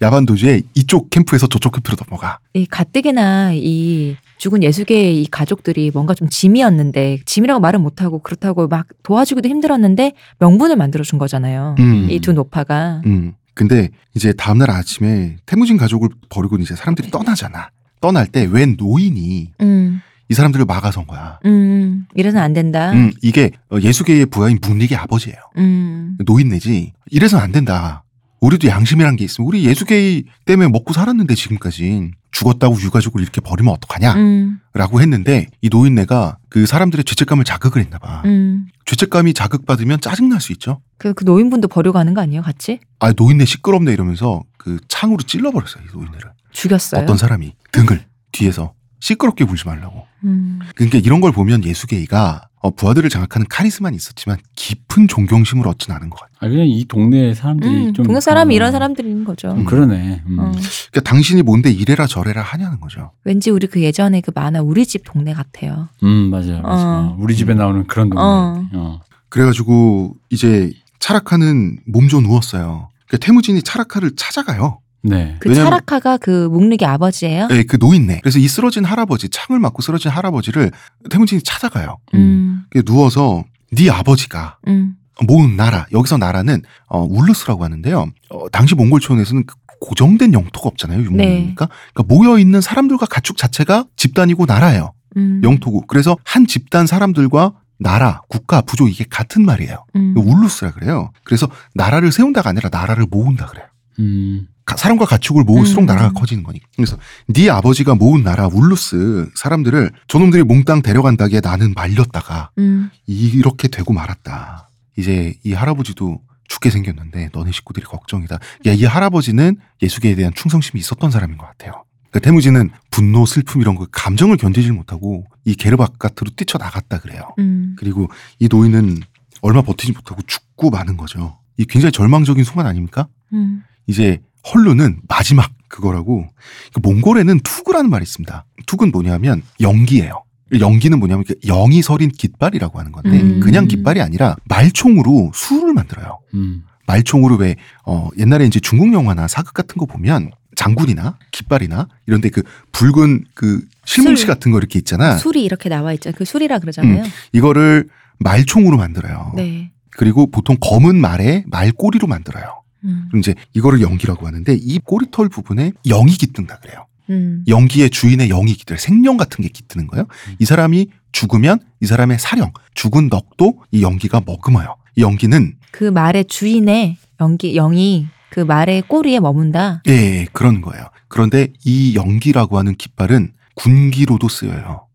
Speaker 1: 야반 도주에 이쪽 캠프에서 저쪽 캠프로 넘어가.
Speaker 3: 이 가뜩이나 이 죽은 예수계의 이 가족들이 뭔가 좀 짐이었는데 짐이라고 말은 못하고 그렇다고 막 도와주기도 힘들었는데 명분을 만들어 준 거잖아요.
Speaker 1: 음.
Speaker 3: 이 두 노파가.
Speaker 1: 음. 근데 이제 다음날 아침에 태무진 가족을 버리고 이제 사람들이 떠나잖아. 떠날 때 웬 노인이
Speaker 3: 음.
Speaker 1: 이 사람들을 막아선 거야.
Speaker 3: 음. 이래서는 안 된다.
Speaker 1: 음, 이게 어, 예수계의 부하인 문릭의 아버지예요.
Speaker 3: 음.
Speaker 1: 노인네지. 이래서는 안 된다. 우리도 양심이란 게 있으면 우리 예수계 때문에 먹고 살았는데 지금까지 죽었다고 유가족을 이렇게 버리면 어떡하냐라고
Speaker 3: 음.
Speaker 1: 했는데 이 노인네가 그 사람들의 죄책감을 자극을 했나 봐.
Speaker 3: 음.
Speaker 1: 죄책감이 자극받으면 짜증날 수 있죠.
Speaker 3: 그, 그 노인분도 버려 가는 거 아니에요, 같이?
Speaker 1: 아 노인네 시끄럽네 이러면서 그 창으로 찔러버렸어요 이 노인네를.
Speaker 3: 죽였어요.
Speaker 1: 어떤 사람이 등을 뒤에서 시끄럽게 굴지 말라고.
Speaker 3: 음.
Speaker 1: 그러니까 이런 걸 보면 예수계이가 어, 부하들을 장악하는 카리스마는 있었지만 깊은 존경심을 얻진 않은 것 같아요.
Speaker 2: 아 그냥 이 동네 사람들이
Speaker 3: 음,
Speaker 2: 좀
Speaker 3: 동네 사람이
Speaker 2: 아,
Speaker 3: 이런 사람들인 거죠.
Speaker 2: 음, 그러네. 음.
Speaker 3: 어.
Speaker 1: 그러니까 당신이 뭔데 이래라 저래라 하냐는 거죠.
Speaker 3: 왠지 우리 그 예전에 그 만화 우리 집 동네 같아요.
Speaker 2: 음, 맞아요. 맞아요.
Speaker 3: 어.
Speaker 2: 우리 집에 나오는 그런 동네.
Speaker 3: 어.
Speaker 2: 어.
Speaker 1: 그래가지고 이제 차라카는 몸져 누웠어요. 그러니까 태무진이 차라카를 찾아가요.
Speaker 2: 네.
Speaker 3: 그
Speaker 1: 왜냐면-
Speaker 3: 차라카가 그 묵릭의 아버지예요?
Speaker 1: 네, 그 노인네. 그래서 이 쓰러진 할아버지 창을 맞고 쓰러진 할아버지를 태무진이 찾아가요.
Speaker 3: 음.
Speaker 1: 그래서 누워서 네 아버지가
Speaker 3: 음.
Speaker 1: 모은 나라 여기서 나라는 어, 울루스라고 하는데요. 어, 당시 몽골촌에서는 그 고정된 영토가
Speaker 3: 네.
Speaker 1: 없잖아요. 유목민이니까 그러니까 모여 있는 사람들과 가축 자체가 집단이고 나라예요.
Speaker 3: 음.
Speaker 1: 영토고 그래서 한 집단 사람들과 나라, 국가, 부족 이게 같은 말이에요.
Speaker 3: 음.
Speaker 1: 울루스라 그래요. 그래서 나라를 세운다가 아니라 나라를 모은다 그래요.
Speaker 2: 음.
Speaker 1: 가- 사람과 가축을 모을수록
Speaker 3: 음.
Speaker 1: 나라가 커지는 거니까. 그래서 네 아버지가 모은 나라 울루스 사람들을 저놈들이 몽땅 데려간다기에 나는 말렸다가
Speaker 3: 음.
Speaker 1: 이렇게 되고 말았다. 이제 이 할아버지도 죽게 생겼는데 너네 식구들이 걱정이다. 야, 이 할아버지는 예수계에 대한 충성심이 있었던 사람인 것 같아요. 그러니까 태무지는 분노, 슬픔 이런 그 감정을 견디질 못하고 이 게르 바깥으로 뛰쳐나갔다 그래요.
Speaker 3: 음.
Speaker 1: 그리고 이 노인은 얼마 버티지 못하고 죽고 마는 거죠. 이 굉장히 절망적인 순간 아닙니까?
Speaker 3: 음.
Speaker 1: 이제 헐루는 마지막 그거라고 그 몽골에는 투그라는 말이 있습니다. 투그는 뭐냐면 연기예요. 연기는 뭐냐면 그 영이 서린 깃발이라고 하는 건데
Speaker 3: 음.
Speaker 1: 그냥 깃발이 아니라 말총으로 수를 만들어요.
Speaker 2: 음.
Speaker 1: 말총으로 왜 어, 옛날에 이제 중국 영화나 사극 같은 거 보면 장군이나 깃발이나 이런데 그 붉은 그 실뭉치
Speaker 3: 술.
Speaker 1: 같은 거 이렇게 있잖아.
Speaker 3: 술이 이렇게 나와 있죠. 그 술이라 그러잖아요.
Speaker 1: 이거를 말총으로 음. 만들어요.
Speaker 3: 네.
Speaker 1: 그리고 보통 검은 말에 말꼬리로 만들어요.
Speaker 3: 음.
Speaker 1: 그럼 이제 이거를 연기라고 하는데 이 꼬리털 부분에 영이 깃든다 그래요.
Speaker 3: 음.
Speaker 1: 연기의 주인의 영이 깃들 생명 같은 게 깃드는 거예요.
Speaker 2: 음.
Speaker 1: 이 사람이 죽으면 이 사람의 사령, 죽은 넋도 이 연기가 머금어요. 이 연기는
Speaker 3: 그 말의 주인의 연기 영이 그 말의 꼬리에 머문다.
Speaker 1: 예, 예, 그런 거예요. 그런데 이 연기라고 하는 깃발은 군기로도 쓰여요.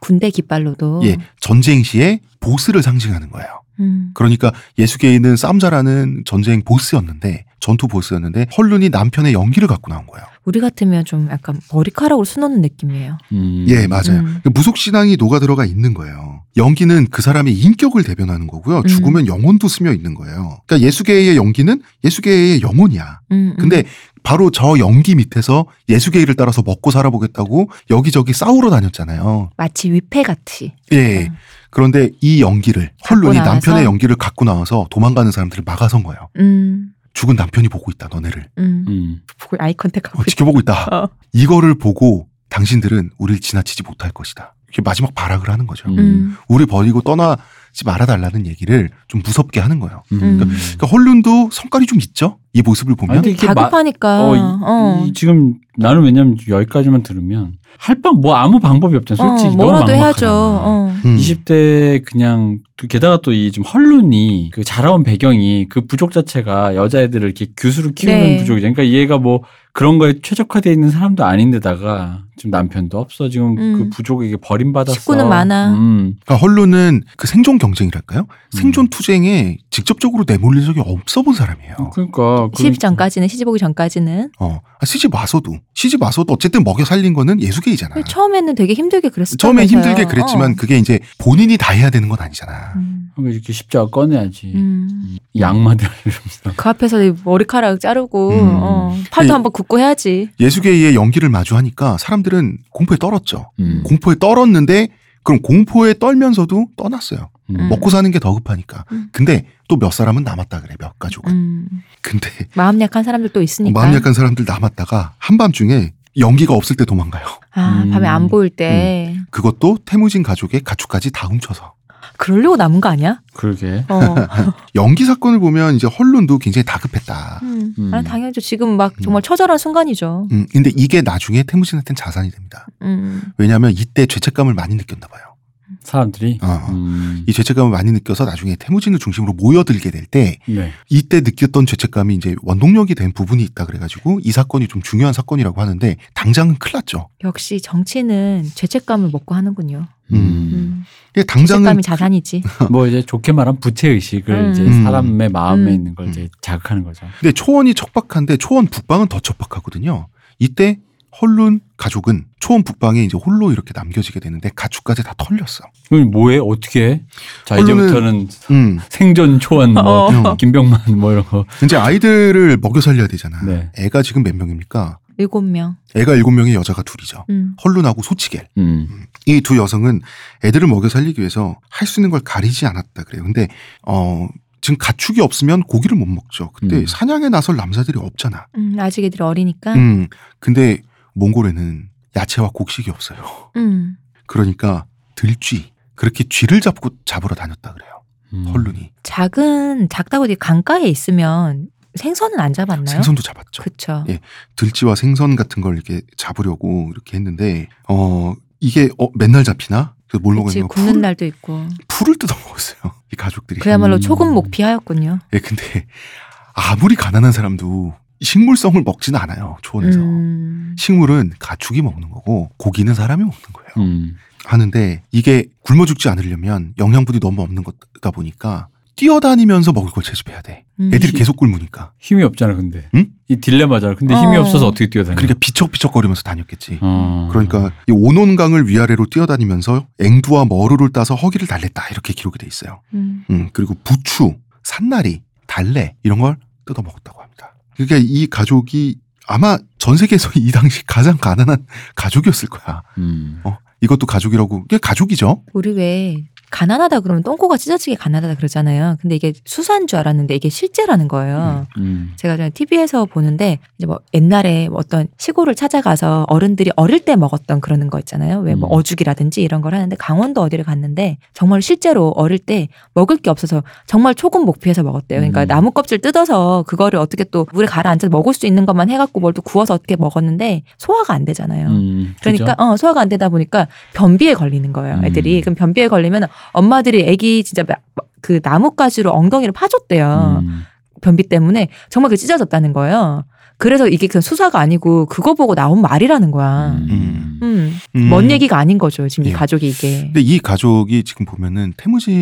Speaker 3: 군대 깃발로도.
Speaker 1: 예, 전쟁 시에 보스를 상징하는 거예요.
Speaker 3: 음.
Speaker 1: 그러니까 예수계인은 쌈자라는 전쟁 보스였는데 전투 보스였는데 헐룬이 남편의 연기를 갖고 나온 거예요.
Speaker 3: 우리 같으면 좀 약간 머리카락으로 수놓는 느낌이에요.
Speaker 2: 음.
Speaker 1: 예, 맞아요.
Speaker 3: 음.
Speaker 1: 무속 신앙이 녹아 들어가 있는 거예요. 연기는 그 사람의 인격을 대변하는 거고요.
Speaker 3: 음.
Speaker 1: 죽으면 영혼도 스며 있는 거예요. 그러니까 예수계의 연기는 예수계의 영혼이야.
Speaker 3: 음, 음.
Speaker 1: 근데 바로 저 연기 밑에서 예수계를 따라서 먹고 살아보겠다고 여기저기 싸우러 다녔잖아요.
Speaker 3: 마치 위패 같이.
Speaker 1: 예.
Speaker 3: 음.
Speaker 1: 그런데 이 연기를 헐론이
Speaker 3: 나와서?
Speaker 1: 남편의 연기를 갖고 나와서 도망가는 사람들을 막아선 거예요.
Speaker 3: 음,
Speaker 1: 죽은 남편이 보고 있다, 너네를.
Speaker 3: 음.
Speaker 2: 음.
Speaker 3: 보고 아이컨택하고.
Speaker 1: 어, 지켜보고 있다.
Speaker 3: 어.
Speaker 1: 이거를 보고 당신들은 우리를 지나치지 못할 것이다. 이렇게 마지막 발악을 하는 거죠.
Speaker 2: 음.
Speaker 3: 음.
Speaker 1: 우리 버리고 떠나지 말아달라는 얘기를 좀 무섭게 하는 거예요.
Speaker 3: 음.
Speaker 1: 그러니까 헐룬도 성깔이 좀 있죠. 이 모습을 보면.
Speaker 2: 아니, 근데 이게 마-
Speaker 3: 다급하니까.
Speaker 2: 어, 이-
Speaker 3: 어.
Speaker 2: 이 지금 나는 왜냐면 여기까지만 들으면 할방뭐 아무 방법이 없잖아.
Speaker 3: 어,
Speaker 2: 솔직히 너무
Speaker 3: 뭐라도
Speaker 2: 막막하잖아.
Speaker 3: 해야죠. 어.
Speaker 1: 음.
Speaker 2: 20대 그냥 또 게다가 또 이 좀 헐룬이 그 자라온 배경이 그 부족 자체가 여자애들을 이렇게 규수로 키우는
Speaker 3: 네.
Speaker 2: 부족이잖아. 그러니까 얘가 뭐 그런 거에 최적화돼 있는 사람도 아닌데다가 지금 남편도 없어. 지금
Speaker 3: 음.
Speaker 2: 그 부족에게 버림받았어.
Speaker 3: 식구는 많아.
Speaker 2: 음.
Speaker 1: 그러니까 헐룬은 그 생존 경쟁이랄까요? 생존 투쟁에 직접적으로 내몰린 적이 없어 본 사람이에요.
Speaker 2: 그러니까 그-
Speaker 3: 시집 전까지는 시집 오기 전까지는
Speaker 1: 어. 아, 시집 와서도 시집 와서도 어쨌든 먹여 살린 거는 예수계이잖아.
Speaker 3: 처음에는 되게 힘들게 그랬어요. 어.
Speaker 1: 처음엔 힘들게 그랬지만 그게 이제 본인이 다 해야 되는 건 아니잖아.
Speaker 3: 음.
Speaker 2: 그러니까 이렇게 십자가 꺼내야지.
Speaker 1: 예.
Speaker 3: 음.
Speaker 2: 이 악마들
Speaker 3: <laughs>
Speaker 2: 이러면서.
Speaker 3: 그 앞에서 이 머리카락 자르고
Speaker 1: 음.
Speaker 3: 어,
Speaker 1: 이-
Speaker 3: 팔도 한번 굽고 해야지.
Speaker 1: 예수계의 연기를 마주하니까 사람들은 공포에 떨었죠.
Speaker 2: 음.
Speaker 1: 공포에 떨었는데 그럼 공포에 떨면서도 떠났어요.
Speaker 2: 음.
Speaker 1: 먹고 사는 게 더 급하니까.
Speaker 3: 음.
Speaker 1: 근데 또 몇 사람은 남았다 그래 몇 가족은.
Speaker 3: 음. 그러니까.
Speaker 1: 근데
Speaker 3: 마음 약한 사람들도 있으니까.
Speaker 1: 마음 약한 사람들 남았다가 한밤중에 연기가 없을 때 도망가요.
Speaker 3: 아
Speaker 2: 음.
Speaker 3: 밤에 안 보일 때
Speaker 1: 음. 그것도 태무진 가족의 가축까지 다 훔쳐서.
Speaker 3: 그러려고 남은 거 아니야?
Speaker 2: 그러게.
Speaker 1: <laughs>
Speaker 3: 어.
Speaker 1: 연기 사건을 보면 이제 헐룬도 굉장히 다급했다.
Speaker 3: 음.
Speaker 2: 음.
Speaker 3: 아, 당연히죠. 지금 막 정말 처절한 순간이죠.
Speaker 1: 음, 근데 이게 나중에 태무진한테는 자산이 됩니다.
Speaker 3: 음.
Speaker 1: 왜냐하면 이때 죄책감을 많이 느꼈나 봐요.
Speaker 2: 사람들이.
Speaker 1: 어.
Speaker 2: 음.
Speaker 1: 이 죄책감을 많이 느껴서 나중에 태무진을 중심으로 모여들게 될 때
Speaker 2: 네.
Speaker 1: 이때 느꼈던 죄책감이 이제 원동력이 된 부분이 있다 그래가지고 이 사건이 좀 중요한 사건이라고 하는데 당장은 큰일 났죠.
Speaker 3: 역시 정치는 죄책감을 먹고 하는군요.
Speaker 2: 음.
Speaker 3: 음.
Speaker 1: 이게 당장은 그-
Speaker 3: 죄책감이 자산이지.
Speaker 1: <laughs>
Speaker 2: 뭐 이제 좋게 말하면 부채 의식을
Speaker 3: 음.
Speaker 2: 이제
Speaker 1: 음.
Speaker 2: 사람의 마음에
Speaker 3: 음.
Speaker 2: 있는 걸 이제 자극하는 거죠.
Speaker 1: 근데 초원이 척박한데 초원 북방은 더 척박하거든요. 이때 헐룬 가족은 초원 북방에 이제 홀로 이렇게 남겨지게 되는데 가축까지 다 털렸어.
Speaker 2: 그럼 뭐해? 어떻게 해? 자
Speaker 1: 언론은-
Speaker 2: 이제부터는
Speaker 1: 음.
Speaker 2: 생존 초원 뭐
Speaker 1: 어.
Speaker 2: 김병만 뭐 이런 거.
Speaker 1: 이제 아이들을 먹여 살려야 되잖아.
Speaker 2: 네.
Speaker 1: 애가 지금 몇 명입니까?
Speaker 3: 일곱 명.
Speaker 1: 애가 일곱 명에 여자가 둘이죠.
Speaker 3: 음.
Speaker 1: 헐룬하고 소치겔.
Speaker 2: 음.
Speaker 1: 이 두 여성은 애들을 먹여 살리기 위해서 할 수 있는 걸 가리지 않았다 그래요. 근데 어 지금 가축이 없으면 고기를 못 먹죠. 근데
Speaker 2: 음.
Speaker 1: 사냥에 나설 남자들이 없잖아.
Speaker 3: 음, 아직 애들이 어리니까. 음.
Speaker 1: 음. 근데 몽골에는 야채와 곡식이 없어요.
Speaker 3: 음.
Speaker 1: 그러니까 들쥐 그렇게 쥐를 잡고 잡으러 다녔다 그래요.
Speaker 2: 음.
Speaker 1: 헐룬이
Speaker 3: 작은 작다고 되게 강가에 있으면 생선은 안 잡았나요?
Speaker 1: 생선도 잡았죠.
Speaker 3: 그쵸.
Speaker 1: 예. 들쥐와 생선 같은 걸 이렇게 잡으려고 이렇게 했는데 어 이게 어, 맨날 잡히나? 그래서 뭘
Speaker 3: 그치,
Speaker 1: 먹었냐면
Speaker 3: 굽는
Speaker 1: 풀,
Speaker 3: 날도 있고.
Speaker 1: 풀을 뜯어 먹었어요. <laughs> 이 가족들이.
Speaker 3: 그야말로
Speaker 2: 음.
Speaker 3: 초급 목피하였군요.
Speaker 1: 예, 근데 아무리 가난한 사람도 식물성을 먹지는 않아요. 초원에서.
Speaker 3: 음.
Speaker 1: 식물은 가축이 먹는 거고 고기는 사람이 먹는 거예요.
Speaker 2: 음.
Speaker 1: 하는데 이게 굶어 죽지 않으려면 영양분이 너무 없는 거다 보니까 뛰어다니면서 먹을 걸 채집해야 돼.
Speaker 3: 음.
Speaker 1: 애들이 계속 굶으니까.
Speaker 2: 힘이 없잖아 근데.
Speaker 1: 응?
Speaker 2: 이 딜레마잖아. 근데 힘이
Speaker 3: 어.
Speaker 2: 없어서 어떻게 뛰어다녀?
Speaker 1: 그러니까 비척비척거리면서 다녔겠지.
Speaker 3: 음.
Speaker 2: 어.
Speaker 1: 그러니까 이 오논강을 위아래로 뛰어다니면서 앵두와 머루를 따서 허기를 달랬다 이렇게 기록이 돼 있어요.
Speaker 3: 음.
Speaker 1: 음, 그리고 부추, 산나리, 달래 이런 걸 뜯어 먹었다고 합니다. 그러니까 이 가족이 아마 전 세계에서 <laughs> 이 당시 가장 가난한 가족이었을 거야.
Speaker 2: 음.
Speaker 1: 어, 이것도 가족이라고 이게 가족이죠.
Speaker 3: 우리 왜 가난하다 그러면 똥꼬가 찢어지게 가난하다 그러잖아요. 근데 이게 수사인 줄 알았는데 이게 실제라는 거예요.
Speaker 2: 음.
Speaker 3: 제가 전에 TV에서 보는데 이제 뭐 옛날에 뭐 어떤 시골을 찾아가서 어른들이 어릴 때 먹었던 그런 거 있잖아요. 왜 뭐
Speaker 2: 음.
Speaker 3: 어죽이라든지 이런 걸 하는데 강원도 어디를 갔는데 정말 실제로 어릴 때 먹을 게 없어서 정말 초급 목피해서 먹었대요. 그러니까
Speaker 2: 음.
Speaker 3: 나무 껍질 뜯어서 그거를 어떻게 또 물에 가라앉아서 먹을 수 있는 것만 해갖고 뭘 또 구워서 어떻게 먹었는데 소화가 안 되잖아요.
Speaker 2: 음.
Speaker 3: 그러니까
Speaker 2: 그죠?
Speaker 3: 어, 소화가 안 되다 보니까 변비에 걸리는 거예요.
Speaker 2: 음.
Speaker 3: 애들이 그럼 변비에 걸리면 엄마들이 애기 진짜 마- 그 나뭇가지로 엉덩이를 파줬대요.
Speaker 2: 음.
Speaker 3: 변비 때문에 정말 그 찢어졌다는 거예요. 그래서 이게 그냥 수사가 아니고 그거 보고 나온 말이라는 거야.
Speaker 1: 음.
Speaker 3: 음.
Speaker 1: 음.
Speaker 3: 먼 얘기가 아닌 거죠. 지금 이
Speaker 1: 예.
Speaker 3: 가족이 이게. <laughs>
Speaker 1: 근데 이 가족이 지금 보면은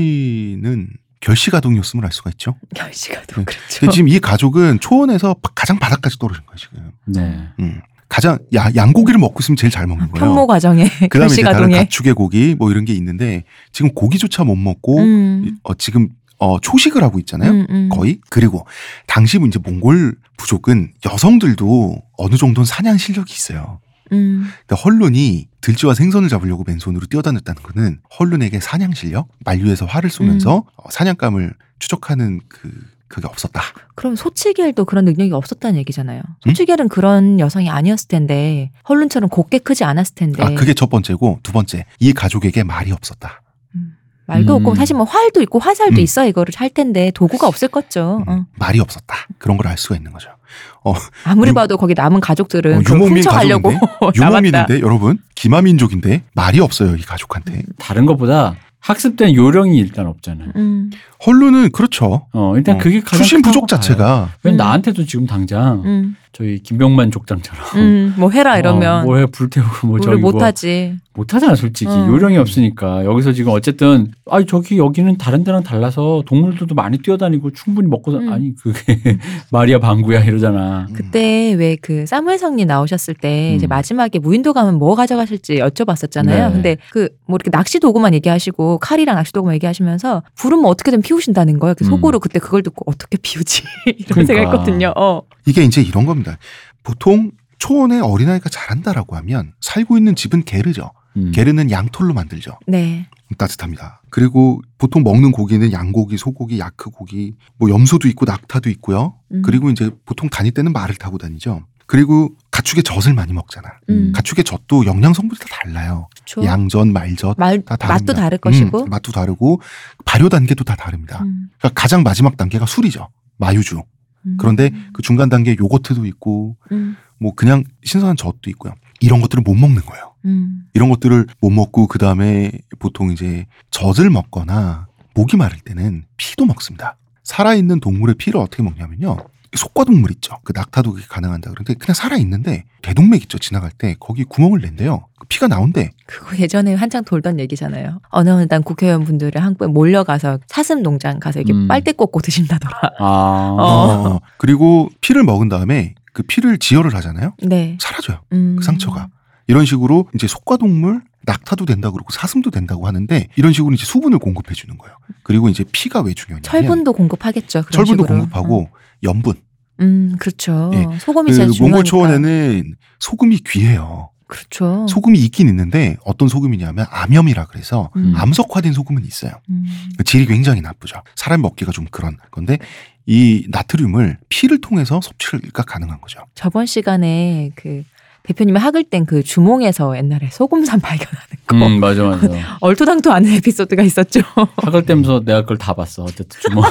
Speaker 1: 태무지는 결시가동이었음을 알 수가 있죠.
Speaker 3: 결시가도
Speaker 1: 네.
Speaker 3: 그렇죠. <laughs>
Speaker 1: 근데 지금 이 가족은 초원에서 바- 가장 바닥까지 떨어진 거예요 지금.
Speaker 2: 네.
Speaker 1: 음. 가장 야, 양고기를 먹고 있으면 제일 잘
Speaker 3: 아,
Speaker 1: 먹는 거예요.
Speaker 3: 편모 과정에
Speaker 1: 그다음에 이제 다른
Speaker 3: 결시가동에.
Speaker 1: 가축의 고기 뭐 이런 게 있는데 지금 고기조차 못 먹고
Speaker 3: 음.
Speaker 1: 어, 지금 어, 초식을 하고 있잖아요.
Speaker 3: 음, 음.
Speaker 1: 거의 그리고 당시 이제 몽골 부족은 여성들도 어느 정도는 사냥 실력이 있어요.
Speaker 3: 음.
Speaker 1: 근데 헐룬이 들쥐와 생선을 잡으려고 맨손으로 뛰어다녔다는 거는 헐룬에게 사냥 실력, 만류에서 활을 쏘면서
Speaker 3: 음.
Speaker 1: 어, 사냥감을 추적하는 그 그게 없었다.
Speaker 3: 그럼 소치겔도 그런 능력이 없었다는 얘기잖아요.
Speaker 1: 음?
Speaker 3: 소치겔은 그런 여성이 아니었을 텐데 헐룬처럼 곱게 크지 않았을 텐데
Speaker 1: 아 그게 첫 번째고 두 번째 이 가족에게 말이 없었다.
Speaker 3: 말도 없고
Speaker 2: 음.
Speaker 3: 사실 뭐 활도 있고 화살도
Speaker 1: 음.
Speaker 3: 있어 이거를 할 텐데 도구가 없을 거죠.
Speaker 1: 음,
Speaker 3: 어.
Speaker 1: 말이 없었다. 그런 걸 알 수가 있는 거죠.
Speaker 2: 어,
Speaker 3: 아무리
Speaker 1: 유-
Speaker 3: 봐도 거기 남은 가족들은
Speaker 1: 어,
Speaker 3: 그걸
Speaker 1: 유목민
Speaker 3: 훔쳐가려고 <laughs> 나왔다.
Speaker 1: 유목민인데 여러분 기마민족인데 말이 없어요 이 가족한테.
Speaker 2: 다른 것보다 학습된 요령이 일단 없잖아요.
Speaker 3: 음.
Speaker 1: 헐룬은 그렇죠.
Speaker 2: 어, 일단
Speaker 1: 어,
Speaker 2: 그게 가장
Speaker 1: 출신
Speaker 2: 크다고
Speaker 1: 부족
Speaker 2: 봐요.
Speaker 1: 자체가
Speaker 2: 왜
Speaker 3: 음.
Speaker 2: 나한테도 지금 당장
Speaker 3: 음.
Speaker 2: 저희 김병만 족장처럼
Speaker 3: 음. 뭐
Speaker 1: 아,
Speaker 3: 해라
Speaker 2: 어,
Speaker 3: 이러면
Speaker 2: 뭐해 불태우고 뭐
Speaker 3: 우리
Speaker 2: 저기 뭐
Speaker 3: 못하지.
Speaker 2: 못하잖아 솔직히
Speaker 3: 음.
Speaker 2: 요령이 없으니까 여기서 지금 어쨌든 아 저기 여기는 다른 데랑 달라서 동물들도 많이 뛰어다니고 충분히 먹고 사-
Speaker 3: 음.
Speaker 2: 아니 그게 <laughs> 말이야 방구야 이러잖아
Speaker 1: 음.
Speaker 3: 그때 왜 그 사무엘 성님 나오셨을 때
Speaker 2: 음.
Speaker 3: 이제 마지막에 무인도 가면 뭐 가져가실지 여쭤봤었잖아요.
Speaker 2: 네.
Speaker 3: 근데 그 뭐 이렇게 낚시 도구만 얘기하시고 칼이랑 낚시 도구만 얘기하시면서 부르면 어떻게든 피우신다는 거예요. 그
Speaker 2: 음.
Speaker 3: 속으로 그때 그걸 듣고 어떻게 피우지 <laughs> 이런
Speaker 2: 그러니까.
Speaker 3: 생각했거든요. 어.
Speaker 1: 이게 이제 이런 겁니다. 보통 초원에 어린아이가 잘한다라고 하면 살고 있는 집은 게르죠.
Speaker 2: 음.
Speaker 1: 게르는 양털로 만들죠.
Speaker 3: 네.
Speaker 1: 따뜻합니다. 그리고 보통 먹는 고기는 양고기, 소고기, 야크고기, 뭐 염소도 있고 낙타도 있고요.
Speaker 3: 음.
Speaker 1: 그리고 이제 보통 다닐 때는 말을 타고 다니죠. 그리고 가축의 젖을 많이 먹잖아.
Speaker 3: 음.
Speaker 1: 가축의 젖도 영양 성분이 다 달라요.
Speaker 3: 그쵸.
Speaker 1: 양젖, 말젖
Speaker 3: 말
Speaker 1: 다 다릅니다.
Speaker 3: 맛도 다를
Speaker 1: 음,
Speaker 3: 것이고.
Speaker 1: 맛도 다르고 발효 단계도 다 다릅니다.
Speaker 3: 음.
Speaker 1: 그러니까 가장 마지막 단계가 술이죠. 마유주.
Speaker 3: 음.
Speaker 1: 그런데 그 중간 단계 요거트도 있고
Speaker 3: 음.
Speaker 1: 뭐 그냥 신선한 젖도 있고요. 이런 것들을 못 먹는 거예요.
Speaker 3: 음.
Speaker 1: 이런 것들을 못 먹고 그 다음에 보통 이제 젖을 먹거나 목이 마를 때는 피도 먹습니다. 살아있는 동물의 피를 어떻게 먹냐면요. 속과동물 있죠. 그 낙타도 그게 가능한다. 그런데 그냥 살아있는데 대동맥 있죠. 지나갈 때 거기 구멍을 낸대요. 그 피가 나온대.
Speaker 3: 그거 예전에 한창 돌던 얘기잖아요. 어느 어느 당 국회의원 분들이 한국에 몰려가서 사슴 농장 가서 이렇게
Speaker 2: 음.
Speaker 3: 빨대 꽂고 드신다더라.
Speaker 2: 아
Speaker 3: 어.
Speaker 1: 어, 그리고 피를 먹은 다음에 그 피를 지혈을 하잖아요.
Speaker 3: 네.
Speaker 1: 사라져요.
Speaker 3: 음.
Speaker 1: 그 상처가. 이런 식으로 이제 속과동물 낙타도 된다고 그러고 사슴도 된다고 하는데 이런 식으로 이제 수분을 공급해 주는 거예요. 그리고 이제 피가 왜 중요하냐면
Speaker 3: 철분도 공급하겠죠. 그런
Speaker 1: 철분도
Speaker 3: 식으로.
Speaker 1: 공급하고 염분.
Speaker 3: 음, 그렇죠.
Speaker 1: 예.
Speaker 3: 소금이
Speaker 1: 그
Speaker 3: 제일
Speaker 1: 몽골
Speaker 3: 중요하니까.
Speaker 1: 초원에는 소금이 귀해요.
Speaker 3: 그렇죠.
Speaker 1: 소금이 있긴 있는데 어떤 소금이냐면 암염이라 그래서
Speaker 3: 음.
Speaker 1: 암석화된 소금은 있어요. 그
Speaker 3: 음.
Speaker 1: 질이 굉장히 나쁘죠. 사람 먹기가 좀 그런 건데 이 나트륨을 피를 통해서 섭취가 가능한 거죠.
Speaker 3: 저번 시간에 그 대표님이 학을 땐 그 주몽에서 옛날에 소금산 <laughs> 발견하는 거
Speaker 2: 음, 맞아 맞아
Speaker 3: 얼토당토 않은
Speaker 1: <laughs>
Speaker 3: 에피소드가 있었죠.
Speaker 2: 학을 때면서 내가 그걸 다 봤어 어쨌든
Speaker 3: <laughs>
Speaker 2: 주먹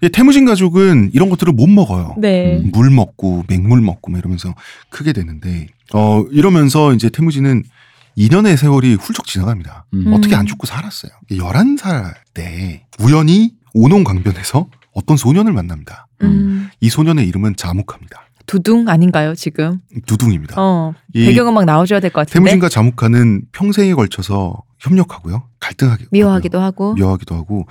Speaker 1: 이 예, 태무진 가족은 이런 것들을 못 먹어요.
Speaker 3: 네.
Speaker 2: 음.
Speaker 1: 물 먹고 맹물 먹고 막 이러면서 크게 되는데 어 이러면서 이제 태무진은 2년의 세월이 훌쩍 지나갑니다.
Speaker 2: 음.
Speaker 1: 어떻게 안 죽고 살았어요. 11살 때 우연히 오농 강변에서 어떤 소년을 만납니다.
Speaker 3: 음.
Speaker 1: 이 소년의 이름은 자묵합니다.
Speaker 3: 두둥 아닌가요, 지금?
Speaker 1: 두둥입니다.
Speaker 3: 어.
Speaker 1: 이
Speaker 3: 배경음악 나와줘야 될 것 같은데.
Speaker 1: 태무진과 자묵하는 평생에 걸쳐서 협력하고요. 갈등하기도
Speaker 3: 미워하기도 하고.
Speaker 1: 하고, 미워하기도 하고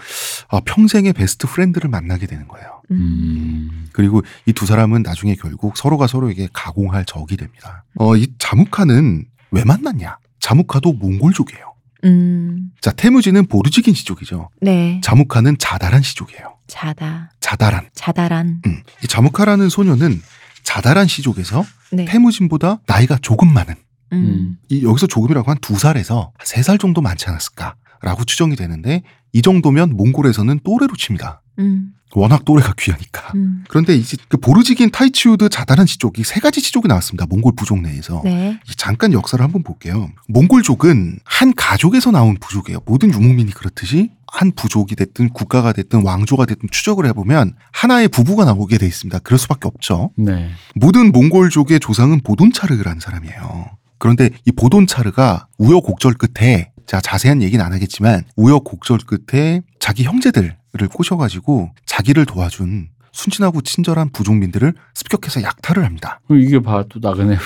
Speaker 1: 아, 평생의 베스트 프렌드를 만나게 되는 거예요.
Speaker 2: 음.
Speaker 1: 그리고 이 두 사람은 나중에 결국 서로가 서로에게 가공할 적이 됩니다. 어, 이 자무카는 왜 만났냐? 자무카도 몽골족이에요.
Speaker 3: 음.
Speaker 1: 자, 태무지는 보르지긴 시족이죠.
Speaker 3: 네.
Speaker 1: 자무카는 자다란 시족이에요.
Speaker 3: 자다.
Speaker 1: 자다란.
Speaker 3: 자다란.
Speaker 1: 음. 이 자무카라는 소녀는 자다란 시족에서
Speaker 3: 네.
Speaker 1: 태무진보다 나이가 조금 많은
Speaker 3: 음.
Speaker 1: 이 여기서 조금이라고 한 두 살에서 세 살 정도 많지 않았을까라고 추정이 되는데 이 정도면 몽골에서는 또래로 칩니다.
Speaker 3: 음.
Speaker 1: 워낙 또래가 귀하니까.
Speaker 3: 음.
Speaker 1: 그런데 이제 그 보르지긴 타이치우드 자다란 지족이 세 가지 지족이 나왔습니다. 몽골 부족 내에서.
Speaker 3: 네.
Speaker 1: 이제 잠깐 역사를 한번 볼게요. 몽골족은 한 가족에서 나온 부족이에요. 모든 유목민이 그렇듯이 한 부족이 됐든 국가가 됐든 왕조가 됐든 추적을 해보면 하나의 부부가 나오게 돼 있습니다. 그럴 수밖에 없죠.
Speaker 2: 네
Speaker 1: 모든 몽골족의 조상은 보돈차르라는 사람이에요. 그런데 이 보돈차르가 우여곡절 끝에 자 자세한 얘기는 안 하겠지만 우여곡절 끝에 자기 형제들을 를 꼬셔가지고 자기를 도와준 순진하고 친절한 부족민들을 습격해서 약탈을 합니다.
Speaker 2: 그럼 이게 봐 또
Speaker 3: <laughs>
Speaker 2: 나그네.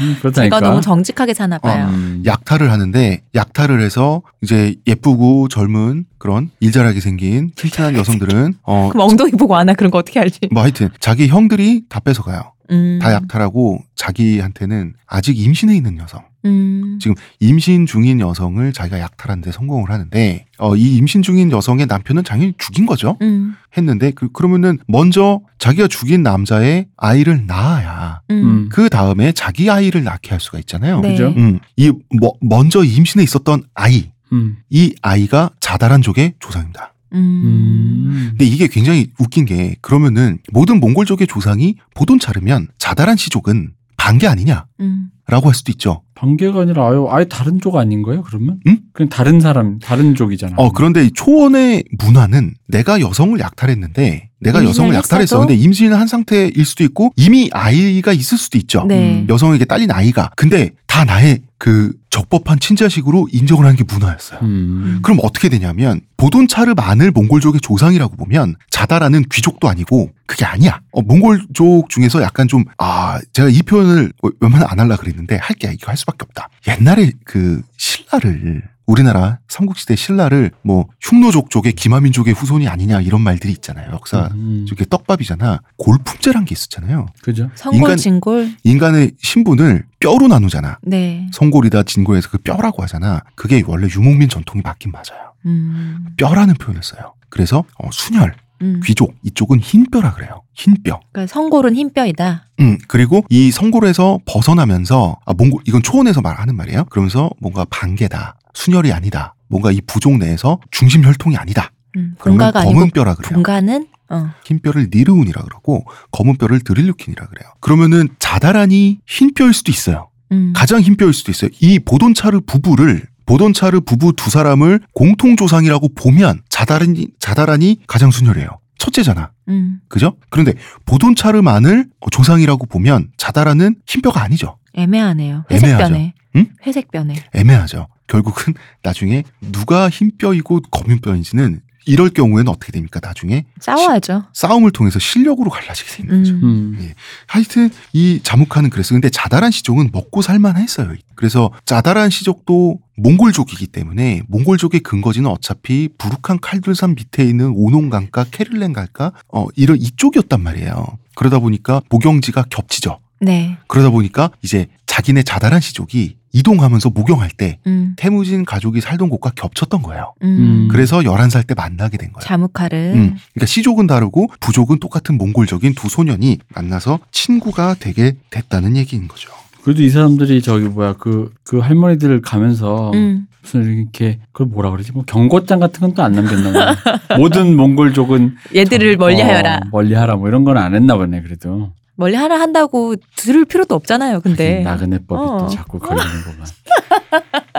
Speaker 2: 음, 그렇다니까.
Speaker 3: 제가 너무 정직하게
Speaker 1: 어,
Speaker 3: 사나 봐요.
Speaker 2: 음,
Speaker 1: 약탈을 하는데 약탈을 해서 이제 예쁘고 젊은 그런 일자라게 생긴 튼튼한 여성들은 어,
Speaker 3: 그럼 엉덩이 보고 안 하 그런 거 어떻게 알지?
Speaker 1: 뭐 하여튼 자기 형들이 다 뺏어가요.
Speaker 3: 음.
Speaker 1: 다 약탈하고 자기한테는 아직 임신해 있는 여성,
Speaker 3: 음.
Speaker 1: 지금 임신 중인 여성을 자기가 약탈하는데 성공을 하는데 어, 이 임신 중인 여성의 남편은 당연히 죽인 거죠.
Speaker 3: 음.
Speaker 1: 했는데 그, 그러면은 먼저 자기가 죽인 남자의 아이를 낳아야
Speaker 3: 음.
Speaker 2: 음.
Speaker 1: 그 다음에 자기 아이를 낳게 할 수가 있잖아요.
Speaker 3: 네.
Speaker 2: 그죠?
Speaker 1: 음, 이 뭐, 먼저 임신해 있었던 아이,
Speaker 2: 음.
Speaker 1: 이 아이가 자달한 족의 조상입니다.
Speaker 3: 음.
Speaker 2: 음.
Speaker 1: 근데 이게 굉장히 웃긴 게 그러면은 모든 몽골족의 조상이 보돈 차르면 자달한 시족은 반게 아니냐라고
Speaker 3: 음.
Speaker 1: 할 수도 있죠.
Speaker 2: 관계가 아니라 아예, 아예 다른 쪽 아닌 거예요? 그러면?
Speaker 1: 응?
Speaker 2: 그냥 다른 사람, 다른 쪽이잖아.
Speaker 1: 음? 어 그런데 이 초원의 문화는 내가 여성을 약탈했는데 내가
Speaker 3: 임신을
Speaker 1: 여성을 약탈했어.
Speaker 3: 했어도?
Speaker 1: 근데 임신을 한 상태일 수도 있고 이미 아이가 있을 수도 있죠.
Speaker 3: 네.
Speaker 2: 음.
Speaker 1: 여성에게 딸린 아이가 근데 다 나의 그 적법한 친자식으로 인정을 하는 게 문화였어요.
Speaker 2: 음.
Speaker 1: 그럼 어떻게 되냐면 보돈차르만을 몽골족의 조상이라고 보면 자다라는 귀족도 아니고 그게 아니야. 어, 몽골족 중에서 약간 좀 아 제가 이 표현을 웬만하면 안 할라 그랬는데 할게 이거 할 수밖에 없다. 옛날에 그 신라를 우리나라 삼국시대 신라를 뭐 흉노족 쪽의 기마민족의 후손이 아니냐 이런 말들이 있잖아요. 역사
Speaker 2: 음.
Speaker 1: 쪽에 떡밥이잖아. 골품제란 게 있었잖아요.
Speaker 2: 그죠?
Speaker 3: 성골
Speaker 1: 인간-
Speaker 3: 진골.
Speaker 1: 인간의 신분을 뼈로 나누잖아.
Speaker 3: 네.
Speaker 1: 성골이다 진골에서 그 뼈라고 하잖아. 그게 원래 유목민 전통이 맞긴 맞아요.
Speaker 3: 음.
Speaker 1: 뼈라는 표현을 써요. 그래서 어, 순혈,
Speaker 3: 음.
Speaker 1: 귀족 이쪽은 흰 뼈라 그래요. 흰 뼈.
Speaker 3: 그러니까 성골은 흰 뼈이다.
Speaker 1: 음, 그리고 이 성골에서 벗어나면서 아 몽골 이건 초원에서 말하는 말이에요. 그러면서 뭔가 반개다, 순혈이 아니다. 뭔가 이 부족 내에서 중심 혈통이 아니다.
Speaker 3: 음.
Speaker 1: 그러면
Speaker 3: 분가가 아니고
Speaker 1: 검은 뼈라 그래요.
Speaker 3: 분가는 어.
Speaker 1: 흰 뼈를 니르운이라 그러고 검은 뼈를 드릴루킨이라 그래요. 그러면은 자다란이 흰 뼈일 수도 있어요.
Speaker 3: 음.
Speaker 1: 가장 흰 뼈일 수도 있어요. 이 보돈차르 부부를 보돈차르 부부 두 사람을 공통 조상이라고 보면 자다란이 자다란이 가장 순혈이에요. 첫째잖아.
Speaker 3: 음.
Speaker 1: 그죠? 그런데 보돈차르만을 조상이라고 보면 자다라는 흰뼈가 아니죠.
Speaker 3: 애매하네요. 회색
Speaker 1: 애매하죠. 음?
Speaker 3: 뼈네.
Speaker 1: 응?
Speaker 3: 회색 뼈네.
Speaker 1: 애매하죠. 결국은 나중에 누가 흰뼈이고 검은뼈인지는 이럴 경우에는 어떻게 됩니까? 나중에
Speaker 3: 싸워야죠.
Speaker 1: 싸움을 통해서 실력으로 갈라지게 되는 거죠.
Speaker 3: 음.
Speaker 2: 음.
Speaker 1: 하여튼 이 자무카는 그랬어요. 근데 자다란 시족은 먹고 살만했어요. 그래서 자다란 시족도 몽골족이기 때문에 몽골족의 근거지는 어차피 부룩한 칼둘산 밑에 있는 오농강가 케를렌강가 어 이런 이쪽이었단 말이에요. 그러다 보니까 모경지가 겹치죠.
Speaker 3: 네.
Speaker 1: 그러다 보니까 이제 자기네 자다란 시족이 이동하면서 목영할 때
Speaker 3: 음.
Speaker 1: 태무진 가족이 살던 곳과 겹쳤던 거예요.
Speaker 3: 음.
Speaker 2: 음.
Speaker 1: 그래서 11살 때 만나게 된 거예요.
Speaker 3: 자무카를
Speaker 1: 음, 그러니까 시족은 다르고 부족은 똑같은 몽골적인 두 소년이 만나서 친구가 되게 됐다는 얘기인 거죠.
Speaker 2: 그래도 이 사람들이 저기 뭐야 그 그 할머니들 가면서
Speaker 3: 음.
Speaker 1: 어.
Speaker 2: 무슨 이렇게 그걸 뭐라 그러지 뭐 경고장 같은 건 또 안 남겼나
Speaker 3: <laughs>
Speaker 2: 보네. 모든 몽골족은
Speaker 3: 얘들을
Speaker 2: 어, 멀리하라 뭐 이런 건 안 했나 보네 그래도.
Speaker 3: 멀리하라 한다고 들을 필요도 없잖아요.
Speaker 2: 하긴
Speaker 3: 근데
Speaker 2: 나그네법이
Speaker 3: 어.
Speaker 2: 또 자꾸 걸리는 거만.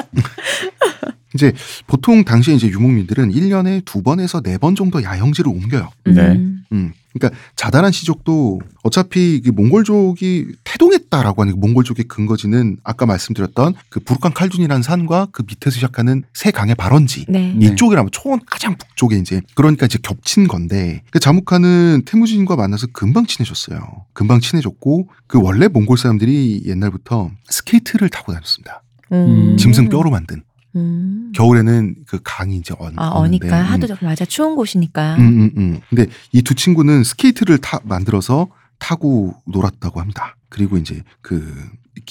Speaker 1: 보통 당시에 이제 유목민들은 1년에 두 번에서 네 번 정도 야영지를 옮겨요.
Speaker 2: 네.
Speaker 3: 음.
Speaker 1: 음, 그러니까 자다란 시족도 어차피 이 몽골족이 태동했다라고 하는 그 몽골족의 근거지는 아까 말씀드렸던 그 부르칸 칼둔이라는 산과 그 밑에서 시작하는 세 강의 발원지
Speaker 3: 네.
Speaker 2: 네.
Speaker 1: 이쪽이라면 초원 가장 북쪽에 이제 그러니까 이제 겹친 건데 그 자무카는 태무진과 만나서 금방 친해졌어요. 금방 친해졌고 그 원래 몽골 사람들이 옛날부터 스케이트를 타고 다녔습니다.
Speaker 2: 음.
Speaker 1: 짐승 뼈로 만든
Speaker 3: 음.
Speaker 1: 겨울에는 그 강이 이제 언.
Speaker 3: 아,
Speaker 1: 언는데.
Speaker 3: 어니까 하도 좀 맞아 추운 곳이니까.
Speaker 1: 음, 음, 음. 근데 이 두 친구는 스케이트를 타 만들어서 타고 놀았다고 합니다. 그리고 이제 그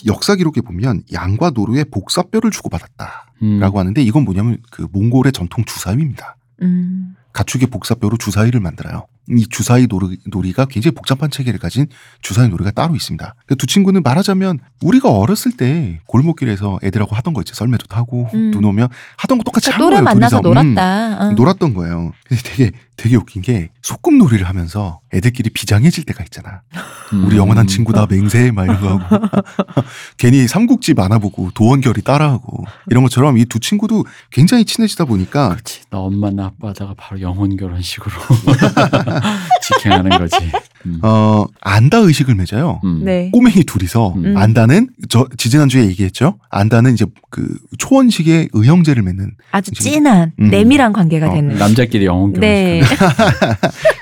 Speaker 1: 역사 기록에 보면 양과 노루의 복사뼈를 주고받았다라고
Speaker 2: 음.
Speaker 1: 하는데 이건 뭐냐면 그 몽골의 전통 주사위입니다.
Speaker 3: 음.
Speaker 1: 가축의 복사뼈로 주사위를 만들어요. 이 주사위 놀이, 놀이가 굉장히 복잡한 체계를 가진 주사위 놀이가 따로 있습니다. 그두 친구는 말하자면 우리가 어렸을 때 골목길에서 애들하고 하던 거 있지. 썰매도 타고
Speaker 3: 음.
Speaker 1: 눈 오면 하던 거 똑같이
Speaker 3: 그러니까
Speaker 1: 한
Speaker 3: 또래
Speaker 1: 거예요.
Speaker 3: 만나서
Speaker 1: 둘이서. 음,
Speaker 3: 놀았다. 어.
Speaker 1: 놀았던 거예요. 근데 되게 되게 웃긴 게 소꿉 놀이를 하면서 애들끼리 비장해질 때가 있잖아.
Speaker 2: 음.
Speaker 1: 우리 영원한 친구다 맹세 막 이런 거
Speaker 3: <laughs>
Speaker 1: 하고 괜히 삼국지 만화 보고 도원결이 따라하고 이런 것처럼 이 두 친구도 굉장히 친해지다 보니까
Speaker 2: 그렇지. 나 엄마 나 아빠다가 바로 영혼 결혼식으로. <laughs> 직행하는 거지. 음.
Speaker 3: 그
Speaker 1: 어, 안다 의식을 맺어요.
Speaker 2: 음.
Speaker 3: 네.
Speaker 1: 꼬맹이 둘이서
Speaker 2: 음.
Speaker 1: 안다는 저 지지난주에 얘기했죠. 안다는 이제 그 초원식의 의형제를 맺는.
Speaker 3: 아주
Speaker 1: 지금-
Speaker 3: 진한
Speaker 1: 음.
Speaker 3: 내밀한 관계가
Speaker 1: 어,
Speaker 3: 되는.
Speaker 2: 남자끼리 영혼 결혼.
Speaker 3: 네.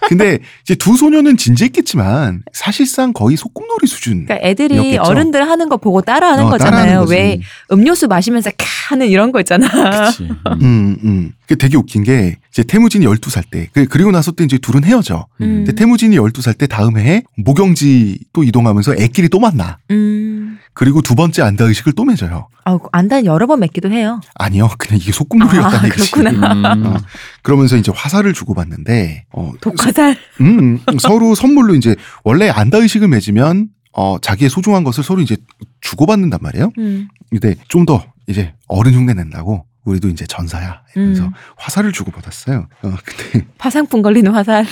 Speaker 1: 근데 이제 두 소녀는 진지했겠지만 사실상 거의 소꿉놀이 수준.
Speaker 3: <laughs> 그러니까 애들이
Speaker 1: 이었겠죠.
Speaker 3: 어른들 하는 거 보고 따라하는
Speaker 1: 어, 따라하는
Speaker 3: 거잖아요.
Speaker 1: 거지.
Speaker 3: 왜 음료수 마시면서 캬 하는 이런 거 있잖아. <laughs>
Speaker 2: 그치. 음.
Speaker 1: 음, 음. 그 되게 웃긴 게 이제 태무진이 12살 때 그- 그리고 나서 때 이제 둘은 헤어져.
Speaker 2: 음.
Speaker 1: 근데 태무진이 12살 때 다음 해에 모경지 또 이동하면서 애끼리 또 만나.
Speaker 3: 음.
Speaker 1: 그리고 두 번째 안다 의식을 또 맺어요.
Speaker 3: 아, 안단 여러 번 맺기도 해요.
Speaker 1: 아니요. 그냥 이게 소꿉놀이였다는
Speaker 3: 아,
Speaker 1: 얘기지.
Speaker 3: 그렇구나.
Speaker 2: 음.
Speaker 1: 그러면서 이제 화살을 주고받는데 어, <laughs>
Speaker 3: 독화살.
Speaker 1: 음, 음. 서로 선물로 이제 원래 안다 의식을 맺으면 어, 자기의 소중한 것을 서로 이제 주고받는단 말이에요.
Speaker 3: 음.
Speaker 1: 근데 좀 더 이제 어른 흉내 낸다고 우리도 이제 전사야. 이러면서
Speaker 3: 음.
Speaker 1: 화살을 주고받았어요. 어, 근데
Speaker 3: 화상풍 걸리는 화살.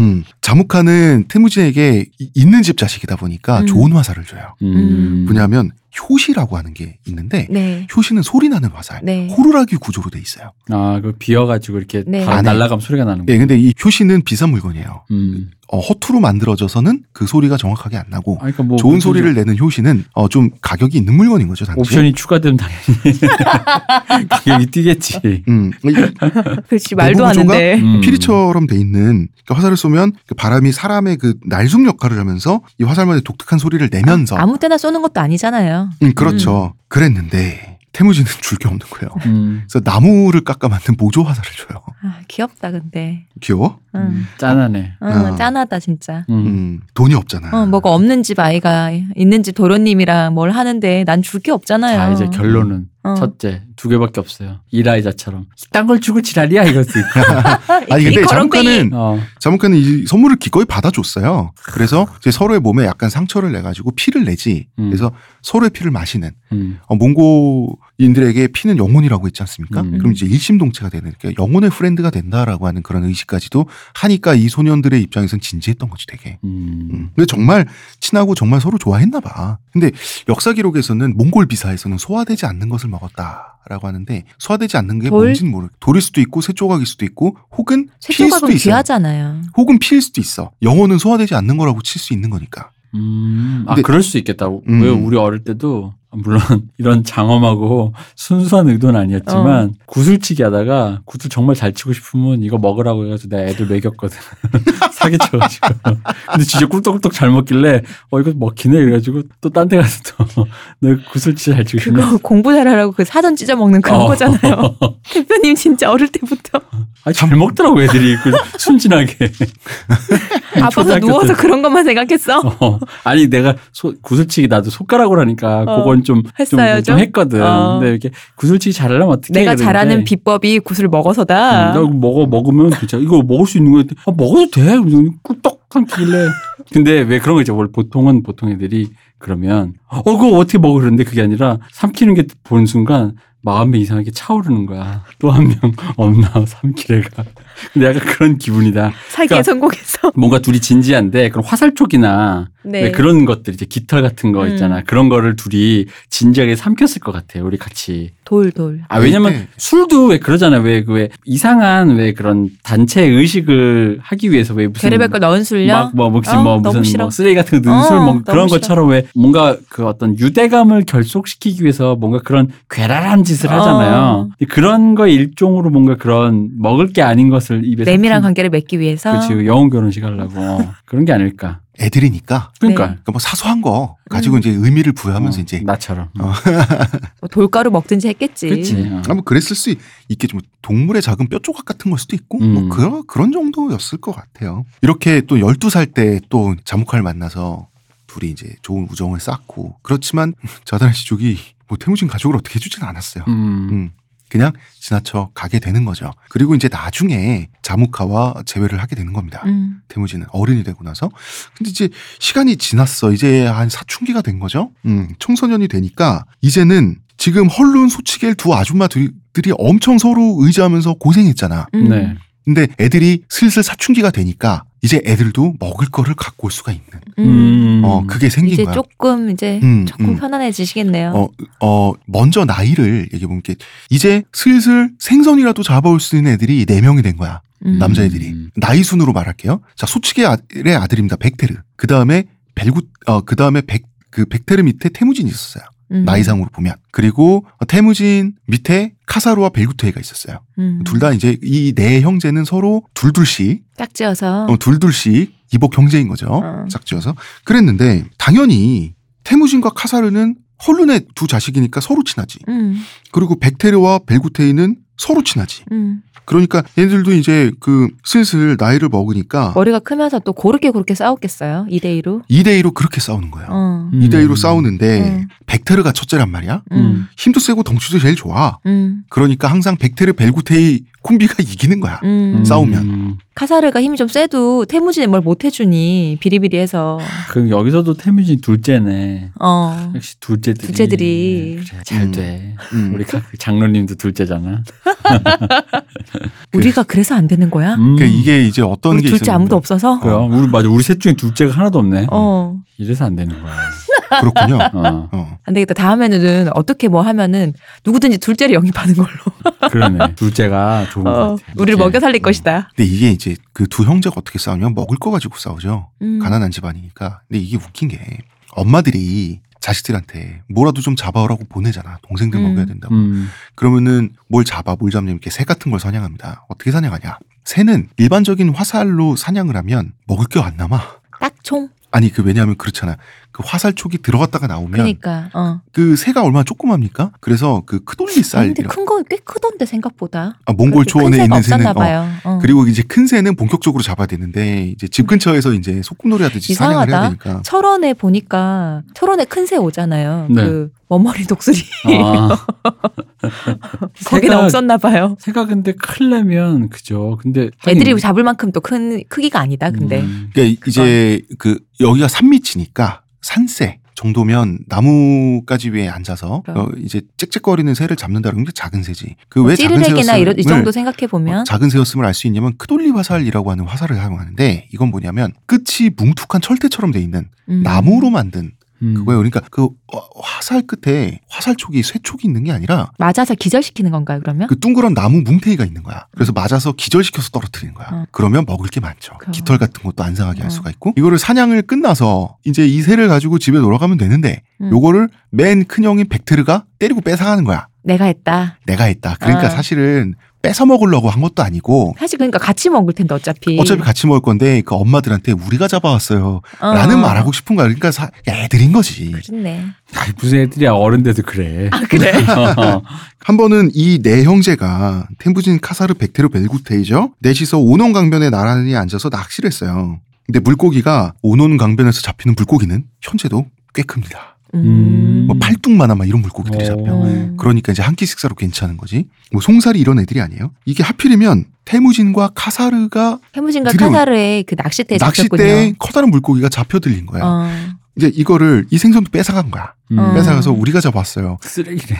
Speaker 1: 음, 자무카는 태무진에게 이- 있는 집 자식이다 보니까
Speaker 3: 음.
Speaker 1: 좋은 화살을 줘요.
Speaker 2: 음.
Speaker 1: 뭐냐면 효시라고 하는 게 있는데
Speaker 3: 네.
Speaker 1: 효시는 소리 나는 화살.
Speaker 3: 네.
Speaker 1: 호루라기 구조로 돼 있어요.
Speaker 2: 아, 그 비어가지고 이렇게
Speaker 3: 네.
Speaker 2: 바로
Speaker 1: 안에.
Speaker 2: 날라가면 소리가 나는 거.
Speaker 1: 예, 근데 이 효시는 비싼 물건이에요.
Speaker 2: 음.
Speaker 1: 어, 허투루 만들어져서는 그 소리가 정확하게 안 나고
Speaker 2: 아, 그러니까 뭐
Speaker 1: 좋은
Speaker 2: 무슨
Speaker 1: 소리를 내는 효시는 어, 좀 가격이 있는 물건인 거죠, 당시.
Speaker 2: 옵션이 추가되면 당연히 <laughs> 가격이 뛰겠지.
Speaker 1: 음,
Speaker 3: 그렇지 말도
Speaker 1: 내부 구조가?
Speaker 3: 하는데.
Speaker 2: 음.
Speaker 1: 피리처럼 돼 있는 그 화살을 쏘면 그 바람이 사람의 그 날숨 역할을 하면서 이 화살만의 독특한 소리를 내면서
Speaker 3: 아무 때나 쏘는 것도 아니잖아요.
Speaker 1: 음, 그렇죠. 그랬는데 태무진은 <laughs> 줄 게 없는 거예요.
Speaker 2: 음.
Speaker 1: 그래서 나무를 깎아 만든 보조 화살을 줘요.
Speaker 3: 아, 귀엽다 근데.
Speaker 1: 귀여워?
Speaker 3: 응.
Speaker 2: 음. 짠하네.
Speaker 3: 어,
Speaker 1: 음. 아.
Speaker 3: 짠하다 진짜.
Speaker 2: 음.
Speaker 1: 음, 돈이 없잖아.
Speaker 3: 어, 뭐가 없는 집 아이가 있는 집 도련님이랑 뭘 하는데 난 줄 게 없잖아요.
Speaker 2: 자 이제 결론은
Speaker 3: 어.
Speaker 2: 첫째 두 개밖에 없어요. 이라이자처럼 딴 걸 주고 지랄이야 이것도 <laughs> 있고.
Speaker 1: 아니 근데
Speaker 3: 이 거렁뱅이.
Speaker 1: 자무카는
Speaker 2: 어.
Speaker 1: 자무카는 이 선물을 기꺼이 받아줬어요. 그래서 이제 서로의 몸에 약간 상처를 내가지고 피를 내지.
Speaker 2: 음.
Speaker 1: 그래서 서로의 피를 마시는
Speaker 2: 음.
Speaker 1: 어, 몽고인들에게 피는 영혼이라고 있지 않습니까?
Speaker 2: 음.
Speaker 1: 그럼 이제 일심동체가 되는 그러니까 영혼의 프렌드가 된다라고 하는 그런 의식까지도 하니까 이 소년들의 입장에선 진지했던 거지 되게.
Speaker 2: 음.
Speaker 1: 음. 근데 정말 친하고 정말 서로 좋아했나 봐. 근데 역사 기록에서는 몽골 비사에서는 소화되지 않는 것을 먹었다라고 하는데 소화되지 않는 게
Speaker 3: 돌?
Speaker 1: 뭔지는 모르. 돌일 수도 있고 쇠 조각일 수도 있고 혹은 피일 수도
Speaker 3: 쇠조각은
Speaker 1: 있어.
Speaker 3: 귀하잖아요.
Speaker 1: 혹은 피일 수도 있어. 영혼은 소화되지 않는 거라고 칠 수 있는 거니까.
Speaker 2: 음. 아
Speaker 1: 근데-
Speaker 2: 그럴 수 있겠다.
Speaker 1: 음.
Speaker 2: 왜 우리 어릴 때도 물론 <laughs> 이런 장엄하고 순수한 의도는 아니었지만
Speaker 3: 어.
Speaker 2: 구슬치기 하다가 구슬 정말 잘 치고 싶으면 이거 먹으라고 해가지고 내가 애들 먹였거든. <laughs> 사기쳐가지고. 근데 진짜 꿀떡꿀떡 잘 먹길래 어 이거 먹히네 이래가지고 또 <laughs> 딴 데 가서 또내 구슬치 잘 치고 싶네.
Speaker 3: 그거 공부 잘하라고 그 사전 찢어먹는 그런
Speaker 2: 어. <laughs>
Speaker 3: 거잖아요. 대표님 진짜 어릴 때부터
Speaker 2: 아니, 잘 먹더라고 애들이 그 순진하게.
Speaker 3: 아빠가
Speaker 2: 음, 초등학교
Speaker 3: 누워서
Speaker 2: 때.
Speaker 3: 그런 것만 생각했어.
Speaker 2: 어. 아니 내가 소- 구슬치기 나도 손가락으로 하니까
Speaker 3: 어.
Speaker 2: 그건 좀, 좀,
Speaker 3: 했어요,
Speaker 2: 좀
Speaker 3: 좀?
Speaker 2: 했거든.
Speaker 3: 어.
Speaker 2: 근데 이렇게 구슬치기 잘하려면 어떻게 음,
Speaker 3: 내가 잘하는 비법이 구슬
Speaker 2: 나
Speaker 3: 먹어서다.
Speaker 2: 이거 먹어 먹으면 진짜 이거 먹을 수 있는 거야. 아, 먹어도 돼. 꿀떡 삼키길래. 근데 왜 그런 거 있죠? 원래 보통은 보통 애들이 그러면 어 그거 어떻게 먹어 그러는데 그게 아니라 삼키는 게 본 순간 마음에 이상하게 차오르는 거야. 또 한 명 <laughs> 없나 삼키래가. 근데 약간 그런 기분이다.
Speaker 3: 사기에
Speaker 2: 그러니까-
Speaker 3: 성공했어.
Speaker 2: 뭔가 둘이 진지한데 그런 화살촉이나 왜
Speaker 3: 네.
Speaker 2: 그런 것들 이제 깃털 같은 거
Speaker 3: 음.
Speaker 2: 있잖아 그런 거를 둘이 진지하게 삼켰을 것 같아요 우리 같이
Speaker 3: 돌, 돌.
Speaker 2: 아 왜냐면
Speaker 1: 네.
Speaker 2: 술도 왜 그러잖아요 왜 그 왜 이상한 왜 그런 단체 의식을 하기 위해서 왜 무슨
Speaker 3: 괴뢰백 걸 넣은 술려?
Speaker 2: 막뭐 무슨
Speaker 3: 어,
Speaker 2: 뭐
Speaker 3: 너무
Speaker 2: 무슨
Speaker 3: 싫어.
Speaker 2: 뭐 쓰레기 같은 거 넣은 술
Speaker 3: 어,
Speaker 2: 뭐 그런
Speaker 3: 너무 싫어.
Speaker 2: 것처럼 왜 뭔가 그 어떤 유대감을 결속시키기 위해서 뭔가 그런 괴랄한 짓을
Speaker 3: 어.
Speaker 2: 하잖아요 그런 거의 일종으로 뭔가 그런 먹을 게 아닌 것을 입에서
Speaker 3: 내밀한
Speaker 2: 삼킨-
Speaker 3: 관계를 맺기 위해서.
Speaker 2: 그치 영혼 결혼식 하려고 그런 게 아닐까
Speaker 1: 애들이니까
Speaker 2: 그러니까
Speaker 3: 네.
Speaker 1: 그러니까 뭐 사소한 거 가지고
Speaker 3: 음.
Speaker 1: 이제 의미를 부여하면서 이제
Speaker 2: 나처럼
Speaker 1: 어.
Speaker 3: 뭐 돌가루 먹든지 했겠지.
Speaker 2: 그치 어.
Speaker 1: 아, 뭐 그랬을 수 있- 있겠지. 뭐 동물의 작은 뼈 조각 같은 걸 수도 있고,
Speaker 2: 음.
Speaker 1: 뭐 그런, 그런 정도였을 것 같아요. 이렇게 또 12살 때 또 자무카를 만나서 둘이 이제 좋은 우정을 쌓고, 그렇지만 <laughs> 자다라 씨족이 뭐 태무진 가족을 어떻게 해주진 않았어요.
Speaker 2: 음.
Speaker 1: 음. 그냥 지나쳐 가게 되는 거죠. 그리고 이제 나중에 자무카와 재회를 하게 되는 겁니다.
Speaker 3: 음.
Speaker 1: 태무진은 어른이 되고 나서 근데 이제 시간이 지났어 이제 한 사춘기가 된 거죠 음, 청소년이 되니까 이제는 지금 헐룬 소치겔 두 아줌마들이 엄청 서로 의지하면서 고생했잖아
Speaker 3: 음.
Speaker 2: 네.
Speaker 1: 근데 애들이 슬슬 사춘기가 되니까 이제 애들도 먹을 거를 갖고 올 수가 있는
Speaker 3: 음.
Speaker 1: 어 그게 생긴
Speaker 3: 이제
Speaker 1: 거야
Speaker 3: 조금 이제
Speaker 1: 음,
Speaker 3: 조금
Speaker 1: 음.
Speaker 3: 편안해지시겠네요.
Speaker 1: 어, 어 먼저 나이를 얘기해 보면 이제 슬슬 생선이라도 잡아올 수 있는 애들이 네 명이 된 거야
Speaker 3: 음.
Speaker 1: 남자애들이
Speaker 2: 음.
Speaker 1: 나이 순으로 말할게요. 자 소치계의 아들의 아들입니다. 백테르. 그 다음에 벨구 어그 다음에 백 그 백테르 밑에 태무진이 있었어요.
Speaker 3: 음.
Speaker 1: 나이상으로 보면 그리고 어, 태무진 밑에 카사르와 벨구테가 있었어요.
Speaker 3: 음.
Speaker 1: 둘 다 이제 이 네 형제는 서로 둘둘씩
Speaker 3: 짝지어서
Speaker 1: 어, 둘둘씩 이복 형제인 거죠.
Speaker 3: 어.
Speaker 1: 짝지어서 그랬는데 당연히 태무진과 카사르는 헐룬의 두 자식이니까 서로 친하지.
Speaker 3: 음.
Speaker 1: 그리고 백테르와 벨구테이는 서로 친하지.
Speaker 3: 음.
Speaker 1: 그러니까 얘네들도 이제 그 슬슬 나이를 먹으니까
Speaker 3: 머리가 크면서 또 고르게 고르게 싸웠겠어요. 2대 2로.
Speaker 1: 2대 1로 그렇게 싸우는 거예요.
Speaker 3: 어.
Speaker 2: 음.
Speaker 1: 2대 1로 싸우는데
Speaker 3: 음.
Speaker 1: 백테르가 첫째란 말이야.
Speaker 3: 음.
Speaker 1: 힘도 세고 덩치도 제일 좋아.
Speaker 3: 음.
Speaker 1: 그러니까 항상 백테르 벨구테이 콤비가 이기는 거야.
Speaker 3: 음.
Speaker 1: 싸우- 싸우면.
Speaker 2: 음.
Speaker 3: 카사르가 힘이 좀 세도 태무진이 뭘 못 해주니 비리비리해서
Speaker 2: 그럼 여기서도 태민이 둘째네.
Speaker 1: <laughs>
Speaker 3: 어.
Speaker 2: 역시 둘째들이.
Speaker 3: 둘째들이.
Speaker 2: 그래, 잘
Speaker 1: 음.
Speaker 2: 돼.
Speaker 1: 음.
Speaker 2: 우리 가- 장로님도 둘째잖아.
Speaker 3: 우리가 그래서 안 되는 거야?
Speaker 2: 음.
Speaker 1: 그러니까 이게 이제 어떤
Speaker 3: 우리
Speaker 1: 게
Speaker 3: 둘째
Speaker 1: 있었는데. 음.
Speaker 3: 아무도 없어서?
Speaker 2: 그래요. 우리 맞아. 우리 셋 중에 둘째가 하나도 없네.
Speaker 3: 어.
Speaker 2: 이래서 안 되는 거야.
Speaker 1: 그렇군요.
Speaker 3: <laughs>
Speaker 2: 어,
Speaker 1: 어.
Speaker 3: 안 되겠다. 다음에는 어떻게 뭐 하면은 누구든지 둘째를 영입하는 걸로. <laughs>
Speaker 2: 그러네. 둘째가 좋은
Speaker 3: 어,
Speaker 2: 것 같아.
Speaker 3: 우리를
Speaker 2: 이렇게.
Speaker 3: 먹여
Speaker 1: 음.
Speaker 3: 살릴 것이다.
Speaker 1: 근데 이게 이제 그 두 형제가 어떻게 싸우냐면 먹을 거 가지고 싸우죠.
Speaker 3: 음.
Speaker 1: 가난한 집안이니까. 근데 이게 웃긴 게 엄마들이 자식들한테 뭐라도 좀 잡아오라고 보내잖아. 동생들
Speaker 3: 음.
Speaker 1: 먹여야 된다고.
Speaker 2: 음.
Speaker 1: 그러면은 뭘 잡아 뭘 잡냐 이렇게 새 같은 걸 사냥합니다. 어떻게 사냥하냐? 새는 일반적인 화살로 사냥을 하면 먹을 게 안 남아.
Speaker 3: 딱총.
Speaker 1: 아니 그 왜냐하면 그렇잖아. 그 화살촉이 들어갔다가 나오면 그
Speaker 3: 그러니까. 어.
Speaker 1: 새가 얼마나 조그맣니까? 그래서 그 크돌리 쌀
Speaker 3: 근데
Speaker 1: 이런-
Speaker 3: 큰 거 꽤 크던데 생각보다.
Speaker 1: 아, 몽골
Speaker 3: 그렇게 큰
Speaker 1: 초원에
Speaker 3: 새가
Speaker 1: 있는
Speaker 3: 없었나
Speaker 1: 새는 어.
Speaker 3: 봐요. 어.
Speaker 1: 그리고 이제 큰 새는 본격적으로 잡아야 되는데 이제 집 근처에서 이제 소꿉놀이 하듯이 사냥을 해야
Speaker 3: 이상하다.
Speaker 1: 되니까
Speaker 3: 철원에 보니까 철원에 큰 새 오잖아요.
Speaker 2: 네.
Speaker 3: 그 머머리
Speaker 1: <laughs>
Speaker 3: 독수리 <laughs>
Speaker 2: 아,
Speaker 3: 거기는
Speaker 2: 새가-
Speaker 3: 없었나 봐요.
Speaker 2: 새가 근데 클려면 그죠. 근데 하긴-
Speaker 3: 애들이 잡을 만큼 또 큰 크기가 아니다. 근데
Speaker 2: 음.
Speaker 1: 그러니까 이제 그 여기가 산밑이니까 산새 정도면 나무가지 위에 앉아서
Speaker 3: 그럼. 뭐
Speaker 1: 어, 이제 짹짹거리는 새를 잡는다는 게 작은 새지. 그 왜 작은 어,
Speaker 3: 찌르레기나 이런 이 정도
Speaker 1: 새였음을 네.
Speaker 3: 생각해 보면
Speaker 1: 작은 새였음을 알 수 있냐면 크돌리 화살이라고 하는 화살을 사용하는데 이건 뭐냐면 끝이 뭉툭한 철대처럼 돼 있는
Speaker 3: 음.
Speaker 1: 나무로 만든
Speaker 2: 음.
Speaker 1: 그거예요. 그러니까 그 화- 화살 끝에 화살촉이 쇠촉이 있는 게 아니라
Speaker 3: 맞아서 기절시키는 건가요? 그러면?
Speaker 1: 그 둥그런 나무 뭉태기가 있는 거야. 그래서 맞아서 기절시켜서 떨어뜨리는 거야.
Speaker 3: 어.
Speaker 1: 그러면 먹을 게 많죠.
Speaker 3: 그럼.
Speaker 1: 깃털 같은 것도 안 상하게
Speaker 3: 어.
Speaker 1: 할 수가 있고 이거를 사냥을 끝나서 이제 이 새를 가지고 집에 돌아가면 되는데
Speaker 3: 음.
Speaker 1: 요거를 맨 큰 형인 백테르가 때리고 뺏어가는 거야.
Speaker 3: 내가 했다.
Speaker 1: 내가 했다. 그러니까
Speaker 3: 아.
Speaker 1: 사실은 뺏어 먹으려고 한 것도 아니고
Speaker 3: 사실 그러니까 같이 먹을 텐데 어차피
Speaker 1: 어차피 같이 먹을 건데 그 엄마들한테 우리가 잡아왔어요
Speaker 3: 어. 그러니까.
Speaker 1: 라는 말하고 싶은 거야. 그러니까 사- 애들인 거지.
Speaker 3: 그렇네.
Speaker 2: 음. 아이, 무슨 애들이야 어른데도 그래. 어.
Speaker 3: 아
Speaker 2: <laughs>
Speaker 3: 그래.
Speaker 1: 한 번은 이 네 형제가 템부진 카사르 백테르 벨구테이죠. 넷이서 오논 강변의 나란히 앉아서 낚시를 했어요. 근데 물고기가 오논 강변에서 잡히는 물고기는 현재도 꽤 큽니다.
Speaker 2: 음.
Speaker 1: 뭐 팔뚝만한 막 이런 물고기들이
Speaker 2: 어.
Speaker 1: 잡혀.
Speaker 3: 음.
Speaker 1: 그러니까 이제 한 끼 식사로 괜찮은 거지. 뭐 송사리 이런 애들이 아니에요. 이게 하필이면 태무진과 카사르가
Speaker 3: 해무진과
Speaker 1: 드디어
Speaker 3: 카사르의 그 낚싯대에 잡혔군요.
Speaker 1: 낚싯대에 아. 커다란 물고기가 잡혀 들린 거야.
Speaker 3: 어.
Speaker 1: 이제 이거를 이 생선도 뺏어간 거야.
Speaker 3: 음.
Speaker 1: 뺏어가서 우리가 잡았어요.
Speaker 2: 쓰레기래.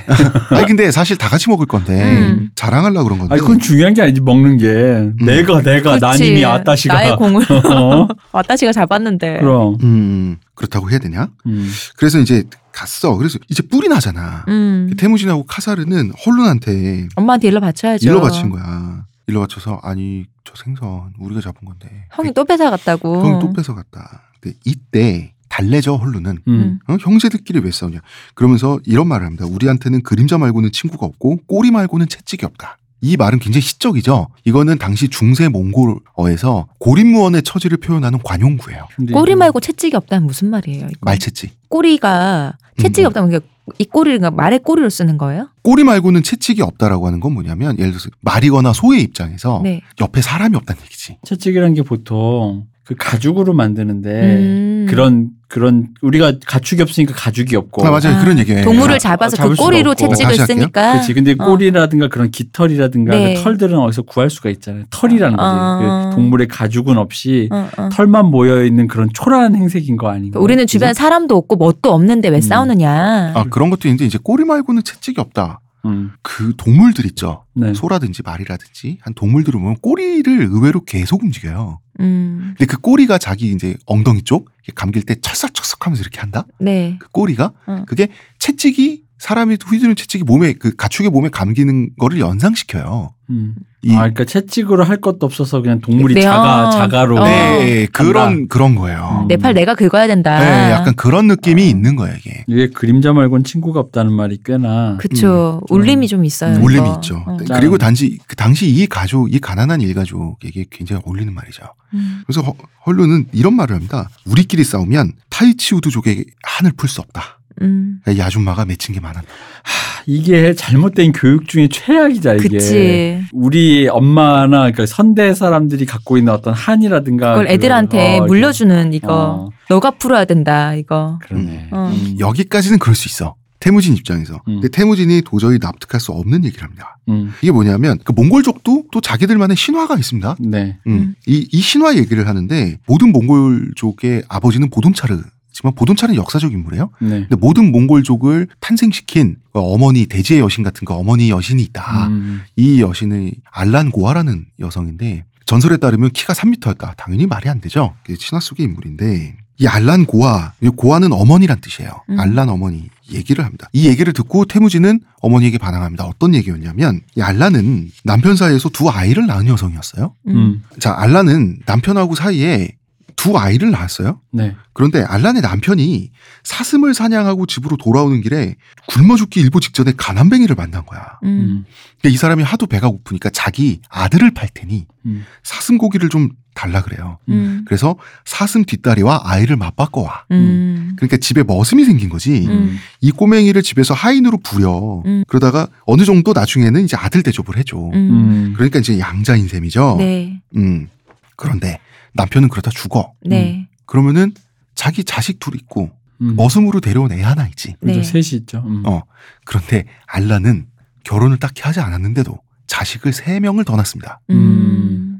Speaker 1: 아니 근데 사실 다 같이 먹을 건데
Speaker 3: 음.
Speaker 1: 자랑하려고 그런 건데.
Speaker 2: 아니 그건 중요한 게 아니지 먹는 게 내가 내가
Speaker 3: 어. 그치.
Speaker 2: 아, 나님이 아따시가
Speaker 3: 나의
Speaker 2: <laughs>
Speaker 3: 네. 공을
Speaker 2: 어?
Speaker 3: 아따시가 잡았는데.
Speaker 2: 그럼
Speaker 1: 음, 그렇다고 해야 되냐?
Speaker 2: 음.
Speaker 1: 그래서 이제 갔어. 그래서 이제 뿔이 나잖아. 그
Speaker 3: 음.
Speaker 1: 태무진하고 카사르는 헐룬한테
Speaker 3: 엄마한테 일러 바쳐야죠.
Speaker 1: 일러 바친 거야. 일러 바쳐서 아니 저 생선 우리가 잡은 건데 그
Speaker 3: 형이 또 뺏어갔다고.
Speaker 1: 형이 또 뺏어갔다. 근데 이때 달래죠 헐룬은.
Speaker 2: 음.
Speaker 1: 어? 형제들끼리 왜 싸우냐. 그러면서 이런 말을 합니다. 우리한테는 그림자 말고는 친구가 없고 꼬리 말고는 채찍이 없다. 이 말은 굉장히 시적이죠. 이거는 당시 중세 몽골어에서 고립무원의 처지를 표현하는 관용구예요.
Speaker 2: 근데
Speaker 3: 꼬리
Speaker 2: 이거-
Speaker 3: 말고 채찍이 없다는 무슨 말이에요? 이거?
Speaker 1: 말채찍.
Speaker 3: 꼬리가 채찍이
Speaker 1: 음.
Speaker 3: 없다면 그러니까 이 꼬리를 그러니까 말의 꼬리로 쓰는 거예요?
Speaker 1: 꼬리 말고는 채찍이 없다라고 하는 건 뭐냐면 예를 들어서 말이거나 소의 입장에서
Speaker 3: 네.
Speaker 1: 옆에 사람이 없다는 얘기지.
Speaker 2: 채찍이란 게 보통 그 가죽으로 만드는데
Speaker 3: 음.
Speaker 2: 네. 그런 그런 우리가 가축이 없으니까 가죽이 없고
Speaker 1: 아 맞아요
Speaker 3: 아,
Speaker 1: 그런 얘기예요.
Speaker 3: 동물을
Speaker 2: 아,
Speaker 3: 잡아서
Speaker 2: 잡을
Speaker 3: 그
Speaker 2: 수도
Speaker 3: 꼬리로
Speaker 2: 없고.
Speaker 3: 채찍을
Speaker 1: 다시 할게요.
Speaker 3: 쓰니까.
Speaker 2: 그렇지. 근데
Speaker 3: 어.
Speaker 2: 꼬리라든가 그런 깃털이라든가
Speaker 3: 네.
Speaker 2: 그 털들은 어디서 구할 수가 있잖아요. 털이라는 거지.
Speaker 3: 어.
Speaker 2: 그 동물의 가죽은 없이
Speaker 3: 어, 어.
Speaker 2: 털만 모여 있는 그런 초라한 행색인 거 아닌가?
Speaker 3: 우리는 주변 에 사람도 없고 뭣도 없는데 왜
Speaker 2: 음.
Speaker 3: 싸우느냐.
Speaker 1: 아 그런 것도 있는데 이제 꼬리 말고는 채찍이 없다.
Speaker 2: 음.
Speaker 1: 그 동물들 있죠.
Speaker 2: 네.
Speaker 1: 소라든지 말이라든지 한 동물들을 보면 꼬리를 의외로 계속 움직여요.
Speaker 3: 음.
Speaker 1: 근데 그 꼬리가 자기 이제 엉덩이 쪽 이렇게 감길 때 철썩철썩하면서 이렇게 한다.
Speaker 3: 네.
Speaker 1: 그 꼬리가
Speaker 3: 어.
Speaker 1: 그게 채찍이 사람이 휘두르는 채찍이 몸에 그 가축의 몸에 감기는 거를 연상시켜요.
Speaker 2: 음.
Speaker 1: 이-
Speaker 2: 아, 그러니까 채찍으로 할 것도 없어서 그냥 동물이
Speaker 3: 네,
Speaker 2: 자가
Speaker 3: 어.
Speaker 2: 자가로.
Speaker 3: 어.
Speaker 1: 네, 그런 그런 거예요.
Speaker 2: 음.
Speaker 3: 내 팔 내가 긁어야 된다.
Speaker 1: 네, 약간 그런 느낌이 있는 거예요 이게.
Speaker 2: 이게 그림자 말고는 친구가 없다는 말이 꽤나.
Speaker 3: 그쵸.
Speaker 2: 음.
Speaker 3: 울림이 좀 있어요.
Speaker 1: 울림이
Speaker 3: 이거.
Speaker 1: 있죠.
Speaker 3: 어.
Speaker 1: 네, 그리고 단지 그 당시 이 가족, 이 가난한 일가족에게 굉장히 어울리는 말이죠.
Speaker 3: 음.
Speaker 1: 그래서 허- 헐루는 이런 말을 합니다. 우리끼리 싸우면 타이치우드족에게 한을 풀 수 없다.
Speaker 3: 음.
Speaker 1: 이 아줌마가 맺힌 게 많았다.
Speaker 2: 하, 이게 잘못된 교육 중에 최악이다 이게.
Speaker 3: 그치.
Speaker 2: 우리 엄마나 그러니까 선대 사람들이 갖고 있는 어떤 한이라든가
Speaker 3: 그걸
Speaker 2: 그걸-
Speaker 3: 애들한테
Speaker 2: 어, 이게-
Speaker 3: 물려주는 이거.
Speaker 2: 어,
Speaker 3: 너가 풀어야 된다, 이거.
Speaker 2: 그러네.
Speaker 3: 어.
Speaker 2: 음.
Speaker 1: 여기까지는 그럴 수 있어. 태무진 입장에서.
Speaker 2: 음.
Speaker 1: 근데 태무진이 도저히 납득할 수 없는 얘기를 합니다.
Speaker 2: 음.
Speaker 1: 이게 뭐냐면 그 몽골족도 또 자기들만의 신화가 있습니다.
Speaker 2: 네.
Speaker 1: 음. 이, 이 신화 얘기를 하는데 모든 몽골족의 아버지는 보돔차르지만 보돔차르는 역사적 인물이에요.
Speaker 2: 네.
Speaker 1: 근데 모든 몽골족을 탄생시킨 그 어머니 대지의 여신 같은 그 어머니 여신이 있다.
Speaker 2: 음.
Speaker 1: 이 여신은 알란 고아라는 여성인데 전설에 따르면 키가 3m였다. 당연히 말이 안 되죠. 이게 신화 속의 인물인데 이 알란 고아, 이 고아는 어머니란 뜻이에요.
Speaker 3: 음.
Speaker 1: 알란 어머니 얘기를 합니다. 이 얘기를 듣고 태무진은 어머니에게 반항합니다. 어떤 얘기였냐면 이 알란은 남편 사이에서 두 아이를 낳은 여성이었어요.
Speaker 3: 음.
Speaker 2: 음.
Speaker 1: 자, 알란은 남편하고 사이에 두 아이를 낳았어요.
Speaker 2: 네.
Speaker 1: 그런데 알란의 남편이 사슴을 사냥하고 집으로 돌아오는 길에 굶어 죽기 일보 직전에 가난뱅이를 만난 거야.
Speaker 3: 음.
Speaker 2: 음.
Speaker 1: 근데 이 사람이 하도 배가 고프니까 자기 아들을 팔 테니
Speaker 2: 음.
Speaker 1: 사슴 고기를 좀 달라 그래요.
Speaker 3: 음.
Speaker 1: 그래서 사슴 뒷다리와 아이를 맞바꿔 와.
Speaker 3: 음.
Speaker 1: 그러니까 집에 머슴이 생긴 거지.
Speaker 3: 음.
Speaker 1: 이 꼬맹이를 집에서 하인으로 부려.
Speaker 3: 음.
Speaker 1: 그러다가 어느 정도 나중에는 이제 아들 대접을 해줘.
Speaker 3: 음.
Speaker 2: 음.
Speaker 1: 그러니까 이제 양자인 셈이죠.
Speaker 3: 네.
Speaker 1: 음. 그런데 남편은 그러다 죽어.
Speaker 3: 네.
Speaker 1: 그러면은 자기 자식 둘 있고
Speaker 2: 음.
Speaker 1: 머슴으로 데려온 애 하나 있지.
Speaker 2: 그죠.
Speaker 3: 네.
Speaker 2: 셋이 있죠. 음.
Speaker 1: 뭐- 어. 그런데 알라는 결혼을 딱히 하지 않았는데도 자식을 세 명을 더 낳습니다.
Speaker 3: 음.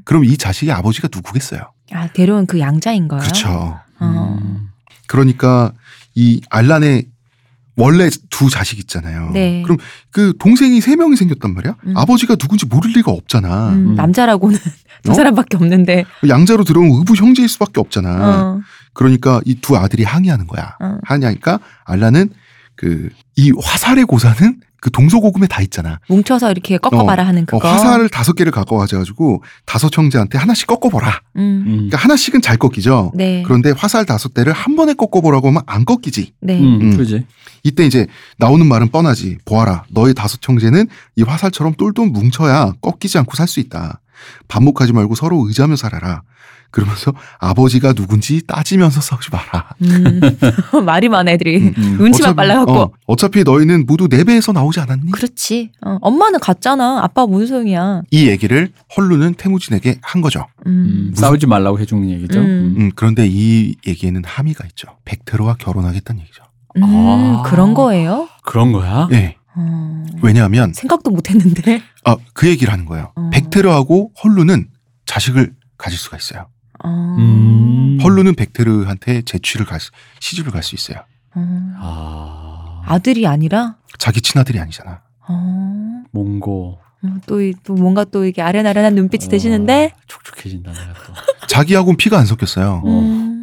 Speaker 1: 그럼 이 자식의 아버지가 누구겠어요?
Speaker 3: 아, 데려온 그 양자인 거야.
Speaker 1: 그렇죠.
Speaker 3: 어.
Speaker 2: 음.
Speaker 1: 그러니까 이 알란의 원래 두 자식 있잖아요.
Speaker 3: 네.
Speaker 1: 그럼 그 동생이 세 명이 생겼단 말이야.
Speaker 3: 음.
Speaker 1: 아버지가 누군지 모를 리가 없잖아.
Speaker 3: 음,
Speaker 2: 음.
Speaker 3: 남자라고는 <laughs> 저
Speaker 1: 어?
Speaker 3: 사람밖에 없는데.
Speaker 1: 양자로 들어온 의부 형제일 수밖에 없잖아.
Speaker 3: 어.
Speaker 1: 그러니까 이 두 아들이 항의하는 거야.
Speaker 3: 어.
Speaker 1: 항의하니까 알란은 그 이 화살의 고사는 그 동서고금에 다 있잖아.
Speaker 3: 뭉쳐서 이렇게 꺾어봐라 하는
Speaker 1: 어,
Speaker 3: 그거.
Speaker 1: 화살을 다섯 개를 갖고 와가지고 다섯 형제한테 하나씩 꺾어보라.
Speaker 3: 음.
Speaker 2: 음.
Speaker 1: 그러니까 하나씩은 잘 꺾이죠.
Speaker 3: 네.
Speaker 1: 음, 그런데 화살 다섯 대를 한 번에 꺾어보라고 하면 안 꺾이지.
Speaker 3: 네.
Speaker 2: 음.
Speaker 1: 음.
Speaker 2: 그지.
Speaker 1: 이때 이제 나오는 말은 뻔하지. 보아라. 너희 다섯 형제는 이 화살처럼 똘똘 뭉쳐야 꺾이지 않고 살 수 있다. 반목하지 말고 서로 의지하며 살아라. 그러면서 아버지가 누군지 따지면서 싸우지 마라.
Speaker 3: 음. <laughs> 말이 많아 애들이.
Speaker 2: 음.
Speaker 3: 눈치만 빨라갖고.
Speaker 1: 어, 어차피 너희는 모두 네 배에서 나오지 않았니?
Speaker 3: 그렇지. 어. 엄마는 갔잖아. 아빠 무슨 소용이야.
Speaker 1: 이 얘기를 헐루는 태무진에게 한 거죠.
Speaker 2: 음.
Speaker 3: 음.
Speaker 2: 싸우지 말라고 해주는 얘기죠.
Speaker 3: 음.
Speaker 1: 음, 그런데 이 얘기에는 함의가 있죠. 백테로와 결혼하겠다는 얘기죠.
Speaker 3: 음,
Speaker 2: 아.
Speaker 3: 그런 거예요?
Speaker 2: 그런 거야?
Speaker 1: 예.
Speaker 3: 어.
Speaker 1: 왜냐하면
Speaker 3: 생각도 못 했는데.
Speaker 1: 아, 그 얘기를 하는 거예요.
Speaker 3: 어.
Speaker 1: 백테르하고 헐루는 자식을 가질 수가 있어요.
Speaker 3: 어.
Speaker 2: 음.
Speaker 1: 헐루는 백테르한테 재취를 갈 수, 시집을 갈 수 있어요.
Speaker 3: 어.
Speaker 2: 아.
Speaker 3: 아들이 아니라
Speaker 1: 자기 친아들이 아니잖아.
Speaker 3: 어.
Speaker 2: 몽고.
Speaker 3: 또, 이- 또 뭔가 또 이게 아련아련한 눈빛이 되시는데
Speaker 2: 어, 촉촉해진다 내가 또. <laughs>
Speaker 1: 자기하고는 피가 안 섞였어요.
Speaker 2: 어.
Speaker 3: 음.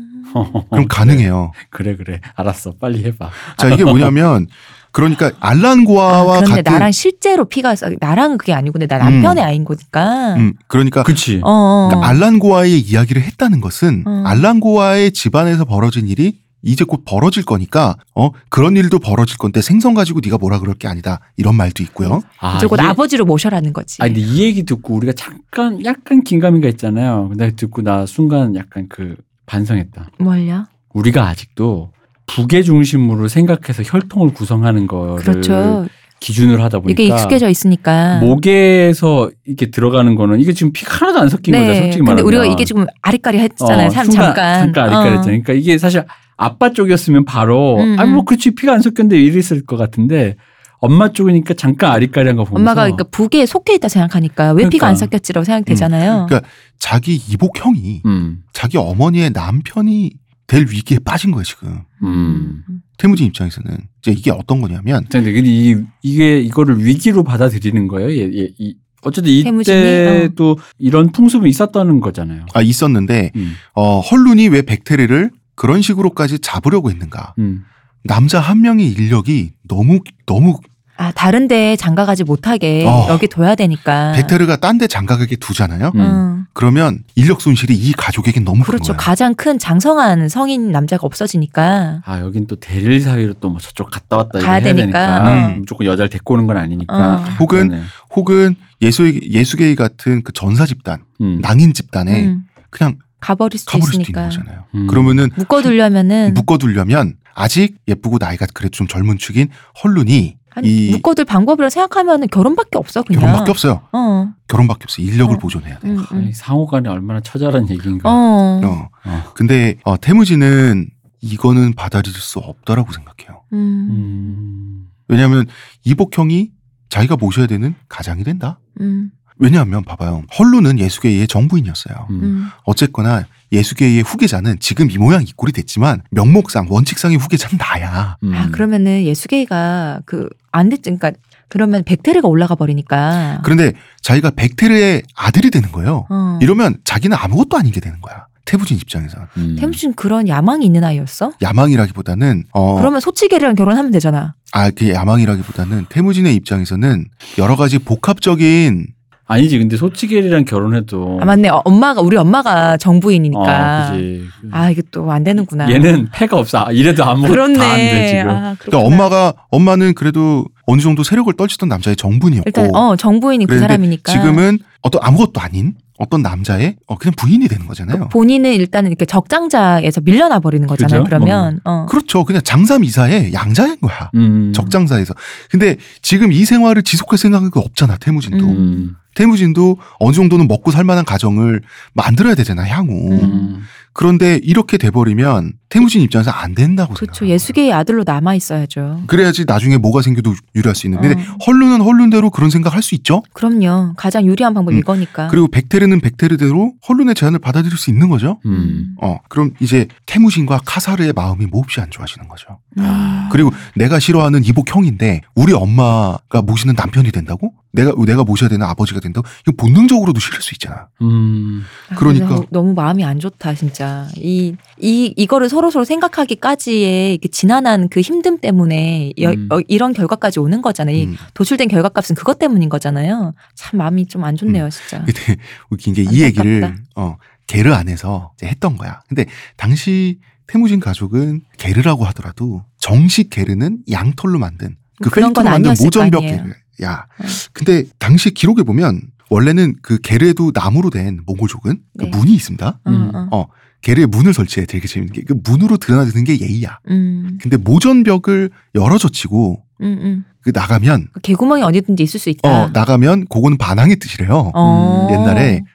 Speaker 1: 그럼 가능해요.
Speaker 2: 그래 그래. 알았어. 빨리 해봐.
Speaker 1: 자, 이게 뭐냐면 그러니까 알란고아와
Speaker 3: 아, 그런데
Speaker 1: 같은
Speaker 3: 나랑 실제로 피가 썩- 나랑은 그게 아니고 근데 나 남편의 아인 거니까.
Speaker 1: 음, 그러니까
Speaker 2: 그치.
Speaker 3: 어, 어.
Speaker 1: 그러니까 알란고아의 이야기를 했다는 것은
Speaker 3: 음.
Speaker 1: 알란고아의 집안에서 벌어진 일이 이제 곧 벌어질 거니까 어 그런 일도 벌어질 건데 생선 가지고 네가 뭐라 그럴 게 아니다 이런 말도
Speaker 3: 음.
Speaker 1: 있고요.
Speaker 2: 아,
Speaker 3: 이제 곧
Speaker 2: 이게-
Speaker 3: 아버지로 모셔라는 거지.
Speaker 2: 아 근데 이 얘기 듣고 우리가 잠깐 약간 긴가민가 했잖아요. 근데 듣고 나 순간 약간 그 반성했다.
Speaker 3: 뭘요?
Speaker 2: 우리가 아직도 북의 중심으로 생각해서 혈통을 구성하는 거를
Speaker 3: 그렇죠.
Speaker 2: 기준으로 하다 보니까
Speaker 3: 이게 익숙해져 있으니까.
Speaker 2: 목에서 이렇게 들어가는 거는 이게 지금 피 하나도 안 섞인 거잖아. 솔직히 말하면.
Speaker 3: 네. 근데 우리가 이게 지금 아리까리 했잖아요.
Speaker 2: 어,
Speaker 3: 참
Speaker 2: 순간,
Speaker 3: 잠깐.
Speaker 2: 잠깐 아리까리
Speaker 3: 어.
Speaker 2: 했잖아. 그러니까 이게 사실 아빠 쪽이었으면 바로
Speaker 3: 음,
Speaker 2: 아 뭐
Speaker 3: 음.
Speaker 2: 그렇지 피가 안 섞였는데 이랬을 것 같은데 엄마 쪽이니까 잠깐 아리까리한 거 보면서
Speaker 3: 엄마가 그러니까 북에 속해 있다 생각하니까 왜 피가 안
Speaker 2: 그러니까.
Speaker 3: 섞였지라고 생각되잖아요.
Speaker 1: 그러니까 자기 이복형이
Speaker 2: 음,
Speaker 1: 자기 어머니의 남편이 될 위기에 빠진 거예요 지금.
Speaker 2: 음.
Speaker 1: 태무진 입장에서는 이제 이게 어떤 거냐면
Speaker 2: 근데 근데 이, 이게 이거를 위기로 받아들이는 거예요. 예, 예, 이, 어쨌든
Speaker 3: 그 태무진이? 어.
Speaker 2: 이때도 이런 풍습은 있었다는 거잖아요.
Speaker 1: 아 있었는데
Speaker 2: 음,
Speaker 1: 어 헐룬이 왜 백테르를 그런 식으로까지 잡으려고 했는가?
Speaker 2: 음,
Speaker 1: 남자 한 명의 인력이 너무 너무
Speaker 3: 아 다른데 장가 가지 못하게
Speaker 1: 어.
Speaker 3: 여기 둬야 되니까.
Speaker 1: 베테르가 딴 데 장가가게 두잖아요.
Speaker 2: 음.
Speaker 3: 음.
Speaker 1: 그러면 인력 손실이 이 가족에겐 너무
Speaker 3: 그렇죠.
Speaker 1: 큰 거예요.
Speaker 3: 가장 큰 장성한 성인 남자가 없어지니까.
Speaker 2: 아 여긴 또 대릴 사위로 또 뭐 저쪽 갔다 왔다 이거
Speaker 3: 가야
Speaker 2: 해야
Speaker 3: 되니까. 네.
Speaker 2: 되니까,
Speaker 1: 음.
Speaker 2: 무조건 여자를 데리고 오는 건 아니니까
Speaker 3: 어.
Speaker 1: 혹은
Speaker 2: 그러네.
Speaker 1: 혹은 예수 예수계의 같은 그 전사 집단,
Speaker 2: 음.
Speaker 1: 낭인 집단에
Speaker 3: 음.
Speaker 1: 그냥
Speaker 3: 가버릴 수도
Speaker 1: 네. 가버릴 수도 있는
Speaker 3: 있으니까.
Speaker 1: 거잖아요.
Speaker 2: 음.
Speaker 1: 그러면은
Speaker 3: 묶어두려면은
Speaker 1: 묶어두려면 아직 예쁘고 나이가 그래도 좀 젊은 축인 헐룬이
Speaker 3: 아니,
Speaker 1: 이
Speaker 3: 묶어둘 방법이라 생각하면 결혼밖에 없어 그냥.
Speaker 1: 결혼밖에 없어요.
Speaker 3: 어.
Speaker 1: 결혼밖에 없어요. 인력을
Speaker 3: 어.
Speaker 1: 보존해야 돼.
Speaker 3: 음,
Speaker 2: 아니,
Speaker 3: 음.
Speaker 2: 상호간에 얼마나 처절한 얘기인가.
Speaker 3: 어.
Speaker 1: 어.
Speaker 2: 어.
Speaker 1: 근데 어, 태무지는 이거는 받아들일 수 없다라고 생각해요.
Speaker 3: 음.
Speaker 2: 음.
Speaker 1: 왜냐하면 이복형이 자기가 모셔야 되는 가장이 된다.
Speaker 3: 음.
Speaker 1: 왜냐하면 봐봐요. 헐룬은 예수계의 정부인이었어요.
Speaker 2: 음.
Speaker 3: 음.
Speaker 1: 어쨌거나 예수계의 후계자는 지금 이 모양 이 꼴이 됐지만 명목상 원칙상의 후계자는 나야.
Speaker 2: 음.
Speaker 3: 아 그러면은 예수계가 그 안 됐지 그러니까 그러면 백테르가 올라가 버리니까.
Speaker 1: 그런데 자기가 백테르의 아들이 되는 거예요.
Speaker 3: 어.
Speaker 1: 이러면 자기는 아무것도 아닌 게 되는 거야. 태부진 입장에서
Speaker 2: 음.
Speaker 3: 템신 그런 야망이 있는 아이였어?
Speaker 1: 야망이라기보다는 어,
Speaker 3: 그러면 소치계랑 결혼하면 되잖아.
Speaker 1: 아, 그 야망이라기보다는 태무진의 입장에서는 여러 가지 복합적인
Speaker 2: 아니지 근데 소치겔이랑 결혼해도
Speaker 3: 아 맞네. 어, 엄마가 우리 엄마가 정부이니까.
Speaker 2: 어, 그지.
Speaker 3: 아 이게 또 안 되는구나.
Speaker 2: 얘는 패가 없어. 아, 이래도 아무것도
Speaker 3: 그렇네.
Speaker 2: 다안돼 지금.
Speaker 3: 아, 그렇구나.
Speaker 1: 그러니까 엄마가 엄마는 그래도 어느 정도 세력을 떨치던 남자의 정분이었고
Speaker 3: 일단 어 정부인이 그
Speaker 1: 그랬는데
Speaker 3: 사람이니까.
Speaker 1: 지금은 어떤 아무것도 아닌 어떤 남자의 어, 그냥 부인이 되는 거잖아요.
Speaker 3: 본인은 일단 이렇게 적장자에서 밀려나 버리는 거잖아요.
Speaker 2: 그죠?
Speaker 3: 그러면 어.
Speaker 1: 그렇죠. 그냥 장삼이사의 양자인 거야.
Speaker 2: 음.
Speaker 1: 적장사에서. 근데 지금 이 생활을 지속할 생각은 없잖아, 태무진도.
Speaker 3: 음.
Speaker 2: 음.
Speaker 1: 태무진도 어느 정도는 먹고 살 만한 가정을 만들어야 되잖아, 향후.
Speaker 3: 음.
Speaker 1: 그런데 이렇게 돼버리면 태무진 입장에서 안 된다고
Speaker 3: 그렇죠.
Speaker 1: 생각해요.
Speaker 3: 예수계의 아들로 남아 있어야죠.
Speaker 1: 그래야지 나중에 뭐가 생겨도 유리할 수 있는데. 근데
Speaker 3: 어.
Speaker 1: 헐룬은 헐룬대로 그런 생각 할 수 있죠?
Speaker 3: 그럼요. 가장 유리한 방법이
Speaker 1: 음.
Speaker 3: 이거니까.
Speaker 1: 그리고 백테르는 백테르대로 헐룬의 제안을 받아들일 수 있는 거죠?
Speaker 2: 음.
Speaker 1: 어, 그럼 이제 태무진과 카사르의 마음이 몹시 안 좋아지는 거죠.
Speaker 3: 음.
Speaker 1: 그리고 내가 싫어하는 이복형인데 우리 엄마가 모시는 남편이 된다고? 내가 내가 모셔야 되는 아버지가 된다고? 이거 본능적으로도 싫을 수 있잖아.
Speaker 2: 음.
Speaker 3: 아,
Speaker 1: 그러니까.
Speaker 3: 그래서 너무 마음이 안 좋다 진짜 이 이 이거를 서로 서로 생각하기까지의 이렇게 지난한 그 힘듦 때문에 여-
Speaker 2: 음.
Speaker 3: 어, 이런 결과까지 오는 거잖아요. 이
Speaker 1: 음.
Speaker 3: 도출된 결과값은 그것 때문인 거잖아요. 참 마음이 좀 안 좋네요, 진짜.
Speaker 1: 근데 웃긴 게 이
Speaker 3: 아. 안타깝다.
Speaker 1: 얘기를 어 게르 안에서 이제 했던 거야. 근데 당시 태무진 가족은 게르라고 하더라도 정식 게르는 양털로 만든 그
Speaker 3: 뭐 그런 건
Speaker 1: 페인트로 만든
Speaker 3: 아니었을
Speaker 1: 모전벽
Speaker 3: 거 아니에요.
Speaker 1: 게르야.
Speaker 3: 어.
Speaker 1: 근데 당시 기록에 보면 원래는 그 게르에도 나무로 된 몽골족은 그
Speaker 3: 네.
Speaker 1: 문이 있습니다.
Speaker 3: 어,
Speaker 2: 음.
Speaker 3: 어.
Speaker 1: 게르에 문을 설치해 되게 재밌는 게 그 문으로 드러나드는 게 예의야.
Speaker 3: 음,
Speaker 1: 근데 모전벽을 열어젖히고
Speaker 3: 음, 음.
Speaker 1: 그 나가면
Speaker 3: 그 개구멍이 어디든지 있을 수
Speaker 1: 어
Speaker 3: 있다.
Speaker 1: 나가면 그거는 반항의 뜻이래요.
Speaker 3: 아. 어.
Speaker 1: 옛날에 음.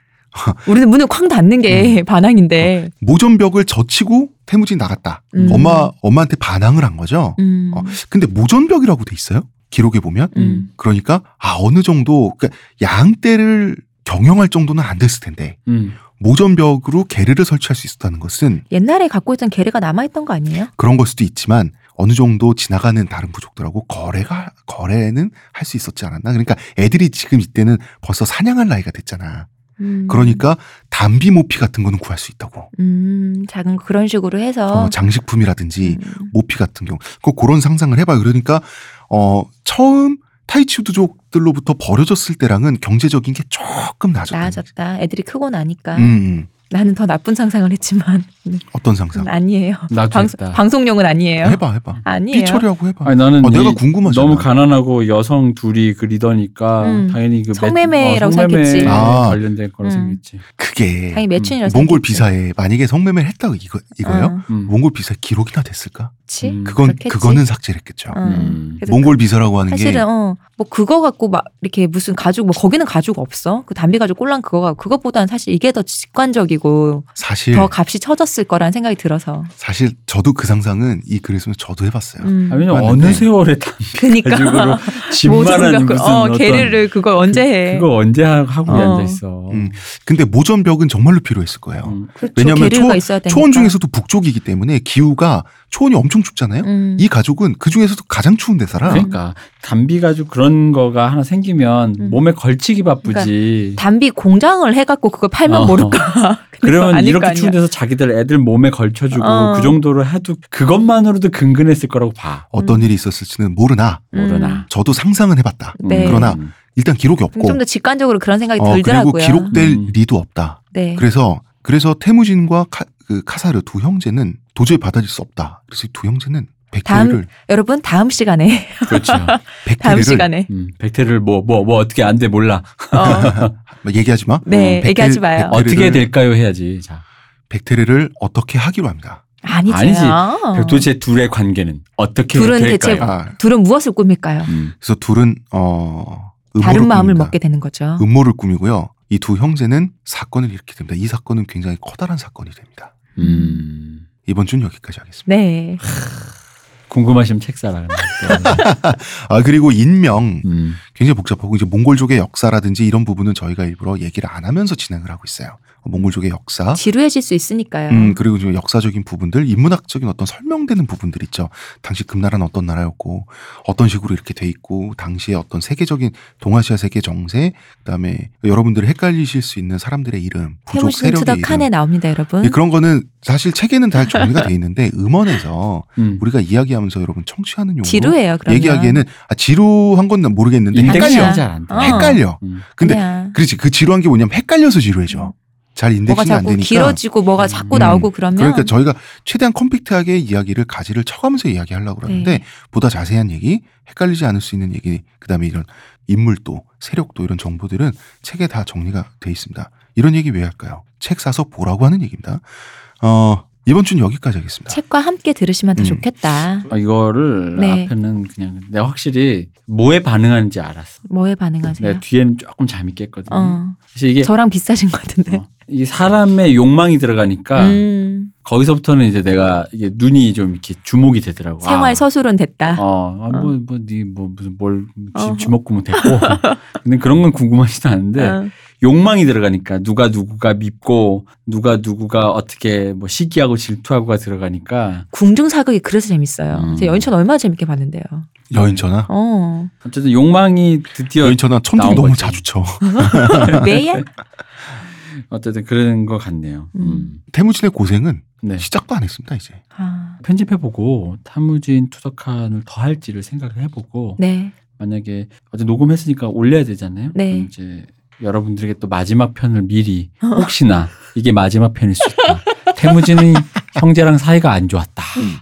Speaker 3: 우리는 문을 쾅 닫는 게 <laughs> 반항인데.
Speaker 1: 모전벽을 젖히고 태무진 나갔다.
Speaker 3: 음.
Speaker 1: 엄마 엄마한테 반항을 한 거죠.
Speaker 3: 음.
Speaker 1: 어. 근데 모전벽이라고 돼 있어요. 기록에 보면
Speaker 3: 음.
Speaker 1: 그러니까 아 어느 정도 그러니까 양떼를 경영할 정도는 안 됐을 텐데
Speaker 2: 음.
Speaker 1: 모전벽으로 게르를 설치할 수 있었다는 것은
Speaker 3: 옛날에 갖고 있던 게르가 남아 있던 거 아니에요?
Speaker 1: 그런 걸 수도 있지만 어느 정도 지나가는 다른 부족들하고 거래가 거래는 할 수 있었지 않았나 그러니까 애들이 지금 이때는 벌써 사냥할 나이가 됐잖아
Speaker 3: 음.
Speaker 1: 그러니까 담비 모피 같은 거는 구할 수 있다고
Speaker 3: 음, 작은 거 그런 식으로 해서
Speaker 1: 어, 장식품이라든지
Speaker 3: 아. 음.
Speaker 1: 모피 같은 경우 그 그런 상상을 해봐요 그러니까 어 처음 타이치우드족들로부터 버려졌을 때랑은 경제적인 게 조금 나아졌다
Speaker 3: 나아졌다. 애들이 크고 나니까.
Speaker 1: 음, 음.
Speaker 3: 나는 더 나쁜 상상을 했지만
Speaker 1: 어떤 상상
Speaker 3: 아니에요.
Speaker 2: 나도
Speaker 3: 방송,
Speaker 2: 했다.
Speaker 3: 방송용은 아니에요.
Speaker 1: 해봐 해봐
Speaker 3: 아니에요.
Speaker 1: 삐처리하고 해봐
Speaker 2: 아니 나는
Speaker 1: 아, 내가
Speaker 2: 이-
Speaker 1: 궁금하잖아
Speaker 2: 너무 가난하고 여성 둘이 그 리더니까
Speaker 3: 음.
Speaker 2: 당연히 그 매-
Speaker 3: 성매매라고
Speaker 2: 어, 성매매
Speaker 3: 생각했지.
Speaker 1: 아.
Speaker 2: 관련된 거로
Speaker 3: 음.
Speaker 2: 생겼지.
Speaker 1: 그게
Speaker 3: 당연히 매춘이라서
Speaker 1: 몽골 비사에 만약에 성매매를 했다고 이거 이거요?
Speaker 2: 음.
Speaker 1: 몽골 비사 기록이나 됐을까?
Speaker 3: 그렇지.
Speaker 2: 음.
Speaker 1: 그건
Speaker 3: 그렇겠지.
Speaker 1: 그거는 삭제를 했겠죠.
Speaker 3: 어.
Speaker 2: 음.
Speaker 3: 그래서
Speaker 1: 몽골 비사라고 하는
Speaker 3: 사실은
Speaker 1: 게
Speaker 3: 어, 뭐 그거 갖고 막 이렇게 무슨 가죽 뭐 거기는 가죽 없어. 그 담배 가죽 꼴랑 그거 갖고 그것보다는 사실 이게 더 직관적이고
Speaker 2: 예.
Speaker 1: 사실
Speaker 3: 더 값이 쳐졌을 거라는 생각이 들어서.
Speaker 1: 사실 저도 그 상상은 이 글을 쓰면 저도 해봤어요.
Speaker 3: 음.
Speaker 2: 아, 왜냐면
Speaker 1: 맞는데.
Speaker 2: 어느 세월에 다
Speaker 3: <laughs>
Speaker 2: 가죽으로
Speaker 3: 그러니까
Speaker 2: 집만한
Speaker 3: 모자를
Speaker 2: 무슨
Speaker 3: 갖고, 어,
Speaker 2: 어떤
Speaker 3: 게리를 그걸 언제 해?
Speaker 2: 그거 언제 하- 하고
Speaker 3: 어.
Speaker 2: 앉아 있어.
Speaker 1: 음. 근데 모전벽은 정말로 필요했을 거예요.
Speaker 2: 음.
Speaker 3: 그렇죠.
Speaker 1: 왜냐면
Speaker 3: 게리가
Speaker 1: 초-
Speaker 3: 있어야 되니까.
Speaker 1: 초원 중에서도 북쪽이기 때문에 기후가 초원이 엄청 춥잖아요.
Speaker 3: 음.
Speaker 1: 이 가족은 그 중에서도 가장 추운 데 살아.
Speaker 3: 그래?
Speaker 2: 그러니까 담비 가지고 그런 거가 하나 생기면
Speaker 3: 음. 그러니까.
Speaker 2: 몸에 걸치기 바쁘지.
Speaker 3: 담비 공장을 해갖고 그걸 팔면
Speaker 2: 어. <laughs>
Speaker 3: 모를까. 근데 그거
Speaker 2: 그러면
Speaker 3: <laughs> 아닐 거
Speaker 2: 이렇게
Speaker 3: 아니야.
Speaker 2: 추운 데서 자기들 애들 몸에 걸쳐주고
Speaker 3: 어.
Speaker 2: 그 정도로 해도 그것만으로도 근근했을 거라고 봐.
Speaker 3: 음.
Speaker 1: 어떤 일이 있었을지는 모르나
Speaker 2: 모르나.
Speaker 1: 저도 상상은 해봤다.
Speaker 3: 네.
Speaker 1: 그러나
Speaker 2: 음.
Speaker 1: 일단 기록이 없고
Speaker 3: 음. 좀 더 직관적으로 그런 생각이
Speaker 1: 어, 그리고
Speaker 3: 들더라고요.
Speaker 1: 기록될
Speaker 2: 음.
Speaker 1: 리도 없다.
Speaker 3: 네.
Speaker 1: 그래서 그래서 태무진과 카, 그 카사르 두 형제는 도저히 받아들일 수 없다. 그래서 이두 형제는 백태를
Speaker 3: 여러분 다음 시간에 <laughs>
Speaker 2: 그렇죠.
Speaker 3: 다음
Speaker 1: 백태를
Speaker 3: 시간에
Speaker 2: 음, 백태를 뭐 뭐 뭐 어떻게 안 돼 몰라. <laughs>
Speaker 3: 어,
Speaker 1: 뭐 얘기하지 마.
Speaker 3: 네
Speaker 1: 백태-
Speaker 3: 얘기하지 마요.
Speaker 1: 백태-
Speaker 2: 어떻게
Speaker 1: 백태를-
Speaker 2: 될까요 해야지. 자,
Speaker 1: 백태를 어떻게 하기로 합니다.
Speaker 3: 아니지.
Speaker 2: 아니지. 도대체 둘의 관계는 어떻게
Speaker 3: 어. 둘은
Speaker 2: 될까요?
Speaker 3: 대체-
Speaker 1: 아,
Speaker 3: 둘은 무엇을 꾸밀까요?
Speaker 2: 음.
Speaker 1: 그래서 둘은 어
Speaker 3: 다른
Speaker 1: 음모를
Speaker 3: 마음을
Speaker 1: 꾸밉니다.
Speaker 3: 먹게 되는 거죠.
Speaker 1: 음모를 꾸미고요. 이 두 형제는 사건을 일으키게 됩니다. 이 사건은 굉장히 커다란 사건이 됩니다.
Speaker 2: 음.
Speaker 1: 이번 주는 여기까지 하겠습니다.
Speaker 3: 네.
Speaker 2: 궁금하시면 책 사라.
Speaker 3: <laughs>
Speaker 2: 그러면.
Speaker 3: 네.
Speaker 1: 아 그리고 인명
Speaker 2: 음.
Speaker 1: 굉장히 복잡하고 이제 몽골족의 역사라든지 이런 부분은 저희가 일부러 얘기를 안 하면서 진행을 하고 있어요. 몽골족의 역사.
Speaker 3: 지루해질 수 있으니까요.
Speaker 1: 음, 그리고 지금 역사적인 부분들, 인문학적인 어떤 설명되는 부분들 있죠. 당시 금나라는 어떤 나라였고, 어떤 식으로 이렇게 돼 있고, 당시의 어떤 세계적인 동아시아 세계 정세, 그다음에 여러분들이 헷갈리실 수 있는 사람들의 이름, 부족
Speaker 3: 태무신
Speaker 1: 세력의
Speaker 3: 투덕 칸에
Speaker 1: 이름.
Speaker 3: 나옵니다, 여러분.
Speaker 1: 예, 그런 거는 사실 책에는 다 정리가 돼 있는데 음원에서
Speaker 2: 음.
Speaker 1: 우리가 이야기하면서 여러분 청취하는 용어로
Speaker 3: 지루해요, 그러면.
Speaker 1: 얘기하기에는 아, 지루한 건 난 모르겠는데
Speaker 2: 인덱싱이
Speaker 1: 헷갈려.
Speaker 3: 아니야.
Speaker 2: 잘안 돼.
Speaker 3: 어.
Speaker 1: 헷갈려.
Speaker 2: 음.
Speaker 1: 근데
Speaker 3: 아니야.
Speaker 1: 그렇지 그 지루한 게 뭐냐면 헷갈려서 지루해져. 잘
Speaker 3: 뭐가
Speaker 1: 인덱싱이 안
Speaker 3: 자꾸
Speaker 1: 되니까.
Speaker 3: 길어지고 뭐가 자꾸
Speaker 1: 음.
Speaker 3: 나오고 그러면
Speaker 1: 그러니까 저희가 최대한 컴팩트하게 이야기를 가지를 쳐가면서 이야기하려고 그러는데
Speaker 3: 네.
Speaker 1: 보다 자세한 얘기, 헷갈리지 않을 수 있는 얘기, 그다음에 이런 인물도 세력도 이런 정보들은 책에 다 정리가 돼 있습니다. 이런 얘기 왜 할까요? 책 사서 보라고 하는 얘기입니다. 어, 이번 주는 여기까지 하겠습니다.
Speaker 3: 책과 함께 들으시면 더
Speaker 1: 음.
Speaker 3: 좋겠다.
Speaker 2: 아, 이거를
Speaker 3: 네.
Speaker 2: 앞에는 그냥 내가 확실히 뭐에 반응하는지 알았어.
Speaker 3: 뭐에 반응하세요?
Speaker 2: 내가 네, 뒤에는 조금 잠이 깼거든. 요
Speaker 3: 어.
Speaker 2: 사실 이게
Speaker 3: 저랑 비슷하신 것 같은데.
Speaker 2: 어, 이 사람의 욕망이 들어가니까
Speaker 3: 음,
Speaker 2: 거기서부터는 이제 내가 이게 눈이 좀 이렇게 주목이 되더라고.
Speaker 3: 생활
Speaker 2: 아,
Speaker 3: 서술은 됐다.
Speaker 2: 어, 아, 뭐, 뭐, 니, 뭐, 무슨 뭘,
Speaker 3: 어.
Speaker 2: 지, 먹구면 됐고. <laughs> 근데 그런 건 궁금하지도 않은데,
Speaker 3: 어.
Speaker 2: 욕망이 들어가니까, 누가 누구가 밉고, 누가 누구가 어떻게 뭐 시기하고 질투하고가 들어가니까,
Speaker 3: 궁중사극이 그래서 재밌어요.
Speaker 2: 음.
Speaker 3: 제가 연천 얼마나 재밌게 봤는데요.
Speaker 1: 여인천아.
Speaker 3: 어.
Speaker 2: 어쨌든 욕망이 드디어,
Speaker 1: 여인천아 천둥
Speaker 2: 나온
Speaker 1: 너무
Speaker 2: 거지.
Speaker 1: 자주 쳐.
Speaker 3: 매야?
Speaker 2: 어쨌든 그런 것 같네요. 음.
Speaker 1: 태무진의 고생은
Speaker 2: 네.
Speaker 1: 시작도 안 했습니다 이제.
Speaker 3: 아,
Speaker 2: 편집해보고, 타무진 투덕한을 더 할지를 생각을 해보고,
Speaker 3: 네.
Speaker 2: 만약에 어제 녹음했으니까 올려야 되잖아요.
Speaker 3: 네.
Speaker 2: 그럼 이제 여러분들에게 또 마지막 편을 미리 혹시나 이게 마지막 편일 수
Speaker 3: <laughs>
Speaker 2: 있다. 태무진이 형제랑 사이가 안 좋았다.
Speaker 3: 음,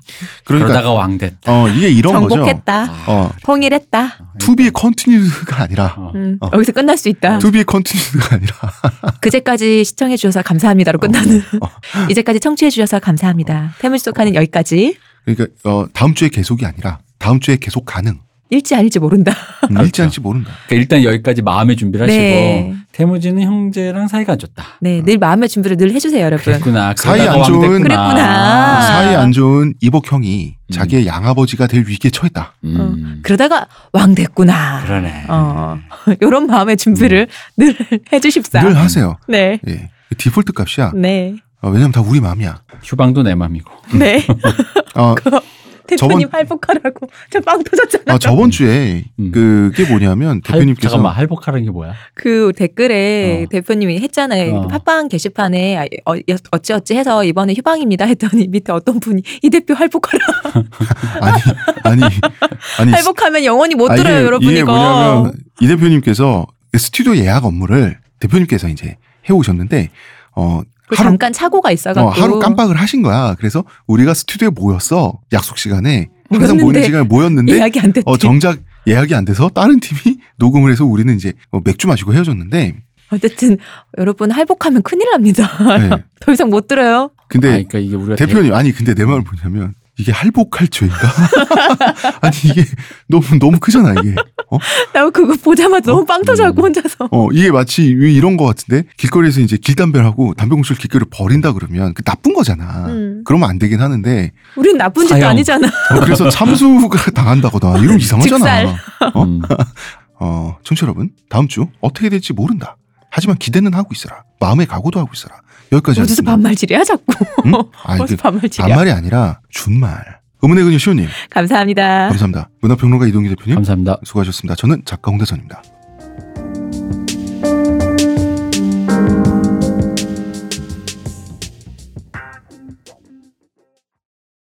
Speaker 1: 그러니까
Speaker 2: 그러다가 왕됐다.
Speaker 1: 어 이게 이런 거죠.
Speaker 3: 정복했다.
Speaker 1: 어
Speaker 3: 통일했다.
Speaker 1: 투비 컨티뉴가 아니라
Speaker 2: 어.
Speaker 3: 음,
Speaker 1: 어.
Speaker 3: 여기서 끝날 수 있다.
Speaker 1: 투비 컨티뉴가 아니라
Speaker 3: 그제까지 시청해 주셔서 감사합니다로 끝나는. <laughs> 이제까지 청취해 주셔서 감사합니다. 태물 속하는 여기까지.
Speaker 1: 그러니까 어, 다음 주에 계속이 아니라 다음 주에 계속 가능.
Speaker 3: 일지 아닐지 모른다. <laughs>
Speaker 1: 음, 일지
Speaker 2: 그렇죠.
Speaker 1: 않지 모른다.
Speaker 2: 그러니까 일단 여기까지 마음의 준비를 하시고
Speaker 3: 네.
Speaker 2: 태무진은 형제랑 사이가 안 좋다.
Speaker 3: 네, 늘 마음의 준비를 늘 해주세요, 여러분.
Speaker 2: 그랬구나.
Speaker 1: 사이
Speaker 2: 그러다가
Speaker 1: 안 좋은-
Speaker 2: 왕됐구나.
Speaker 3: 그랬구나. 아.
Speaker 1: 사이 안 좋은 이복 형이
Speaker 2: 음.
Speaker 1: 자기의 양아버지가 될 위기에 처했다.
Speaker 2: 음,
Speaker 3: 그러다가 왕 됐구나.
Speaker 2: 그러네.
Speaker 3: 어, <laughs> 이런 마음의 준비를 늘 <laughs> 해주십사.
Speaker 1: 늘 하세요.
Speaker 3: 네,
Speaker 1: 예. 디폴트 값이야.
Speaker 3: 네,
Speaker 1: 어, 왜냐면 다 우리 마음이야.
Speaker 2: 휴방도 내 맘이고.
Speaker 3: 네.
Speaker 1: 어,
Speaker 3: 대표님 할복하라고 <laughs> 저 빵 터졌잖아요.
Speaker 1: 아, 저번 주에
Speaker 2: 음.
Speaker 1: 그게 뭐냐면
Speaker 2: 할, 잠깐만
Speaker 1: 대표님께서
Speaker 2: 할복하라는 게 뭐야?
Speaker 3: 그 댓글에
Speaker 2: 어.
Speaker 3: 대표님이 했잖아요. 그
Speaker 2: 어.
Speaker 3: 팟빵 게시판에 아, 어, 어찌 어찌 해서 이번에 휴방입니다 했더니 밑에 어떤 분이 이 대표 할복하라.
Speaker 1: 아니 아니 아니
Speaker 3: 할복하면 영원히 못
Speaker 1: 아, 이게-
Speaker 3: 들어요, 여러분
Speaker 1: 이게
Speaker 3: 이거.
Speaker 1: 뭐냐면 이 대표님께서 그 스튜디오 예약 업무를 대표님께서 이제 해 오셨는데 어
Speaker 3: 그
Speaker 1: 하루
Speaker 3: 잠깐 사고가 있어가지고
Speaker 1: 어, 하루 깜빡을 하신 거야. 그래서 우리가 스튜디오에 모였어. 약속 시간에 항상
Speaker 3: 모였는데
Speaker 1: 모이는 시간에 모였는데
Speaker 3: <laughs> 예약이 안 됐지.
Speaker 1: 어, 정작 예약이 안 돼서 다른 팀이 <laughs> 녹음을 해서 우리는 이제 어, 맥주 마시고 헤어졌는데. 예.
Speaker 3: 어쨌든 여러분 할복하면 큰일 납니다.
Speaker 1: 네.
Speaker 3: <laughs> 더 이상 못 들어요.
Speaker 1: 근데
Speaker 2: 아, 그러니까 이게 우리가
Speaker 1: 대표님 아니 근데 내 말을 뭐냐면 이게 할복할 죄인가? <laughs> 아니 이게 너무 너무 크잖아 이게. 어?
Speaker 3: 나 그거 보자마자 너무 빵 터져갖고
Speaker 2: 음.
Speaker 3: 혼자서.
Speaker 1: 어, 이게 마치 왜 이런 거 같은데 길거리에서 이제 길담배를 하고 담배꽁초를 길거리에 버린다 그러면 그 나쁜 거잖아.
Speaker 3: 음.
Speaker 1: 그러면 안 되긴 하는데
Speaker 3: 우린 나쁜 짓도
Speaker 2: 사형.
Speaker 3: 아니잖아.
Speaker 1: 어, 그래서 <laughs> 참수가 당한다거나 이러면 이상하잖아.
Speaker 3: 직살.
Speaker 1: 어?
Speaker 2: 음.
Speaker 1: 어, 청취 여러분 다음 주 어떻게 될지 모른다. 하지만 기대는 하고 있어라. 마음의 각오도 하고 있어라. 여기까지
Speaker 3: 어디서
Speaker 1: 하겠습니다.
Speaker 3: 반말질이야 자꾸.
Speaker 1: 응? 아,
Speaker 3: 어디서
Speaker 1: 이게
Speaker 3: 반말질이야.
Speaker 1: 반말이 아니라 준말. 의문의 근육 시호님
Speaker 3: 감사합니다.
Speaker 1: 아? 감사합니다. 문화평론가 이동기 대표님
Speaker 2: 감사합니다.
Speaker 1: 수고하셨습니다. 저는 작가 홍대선입니다.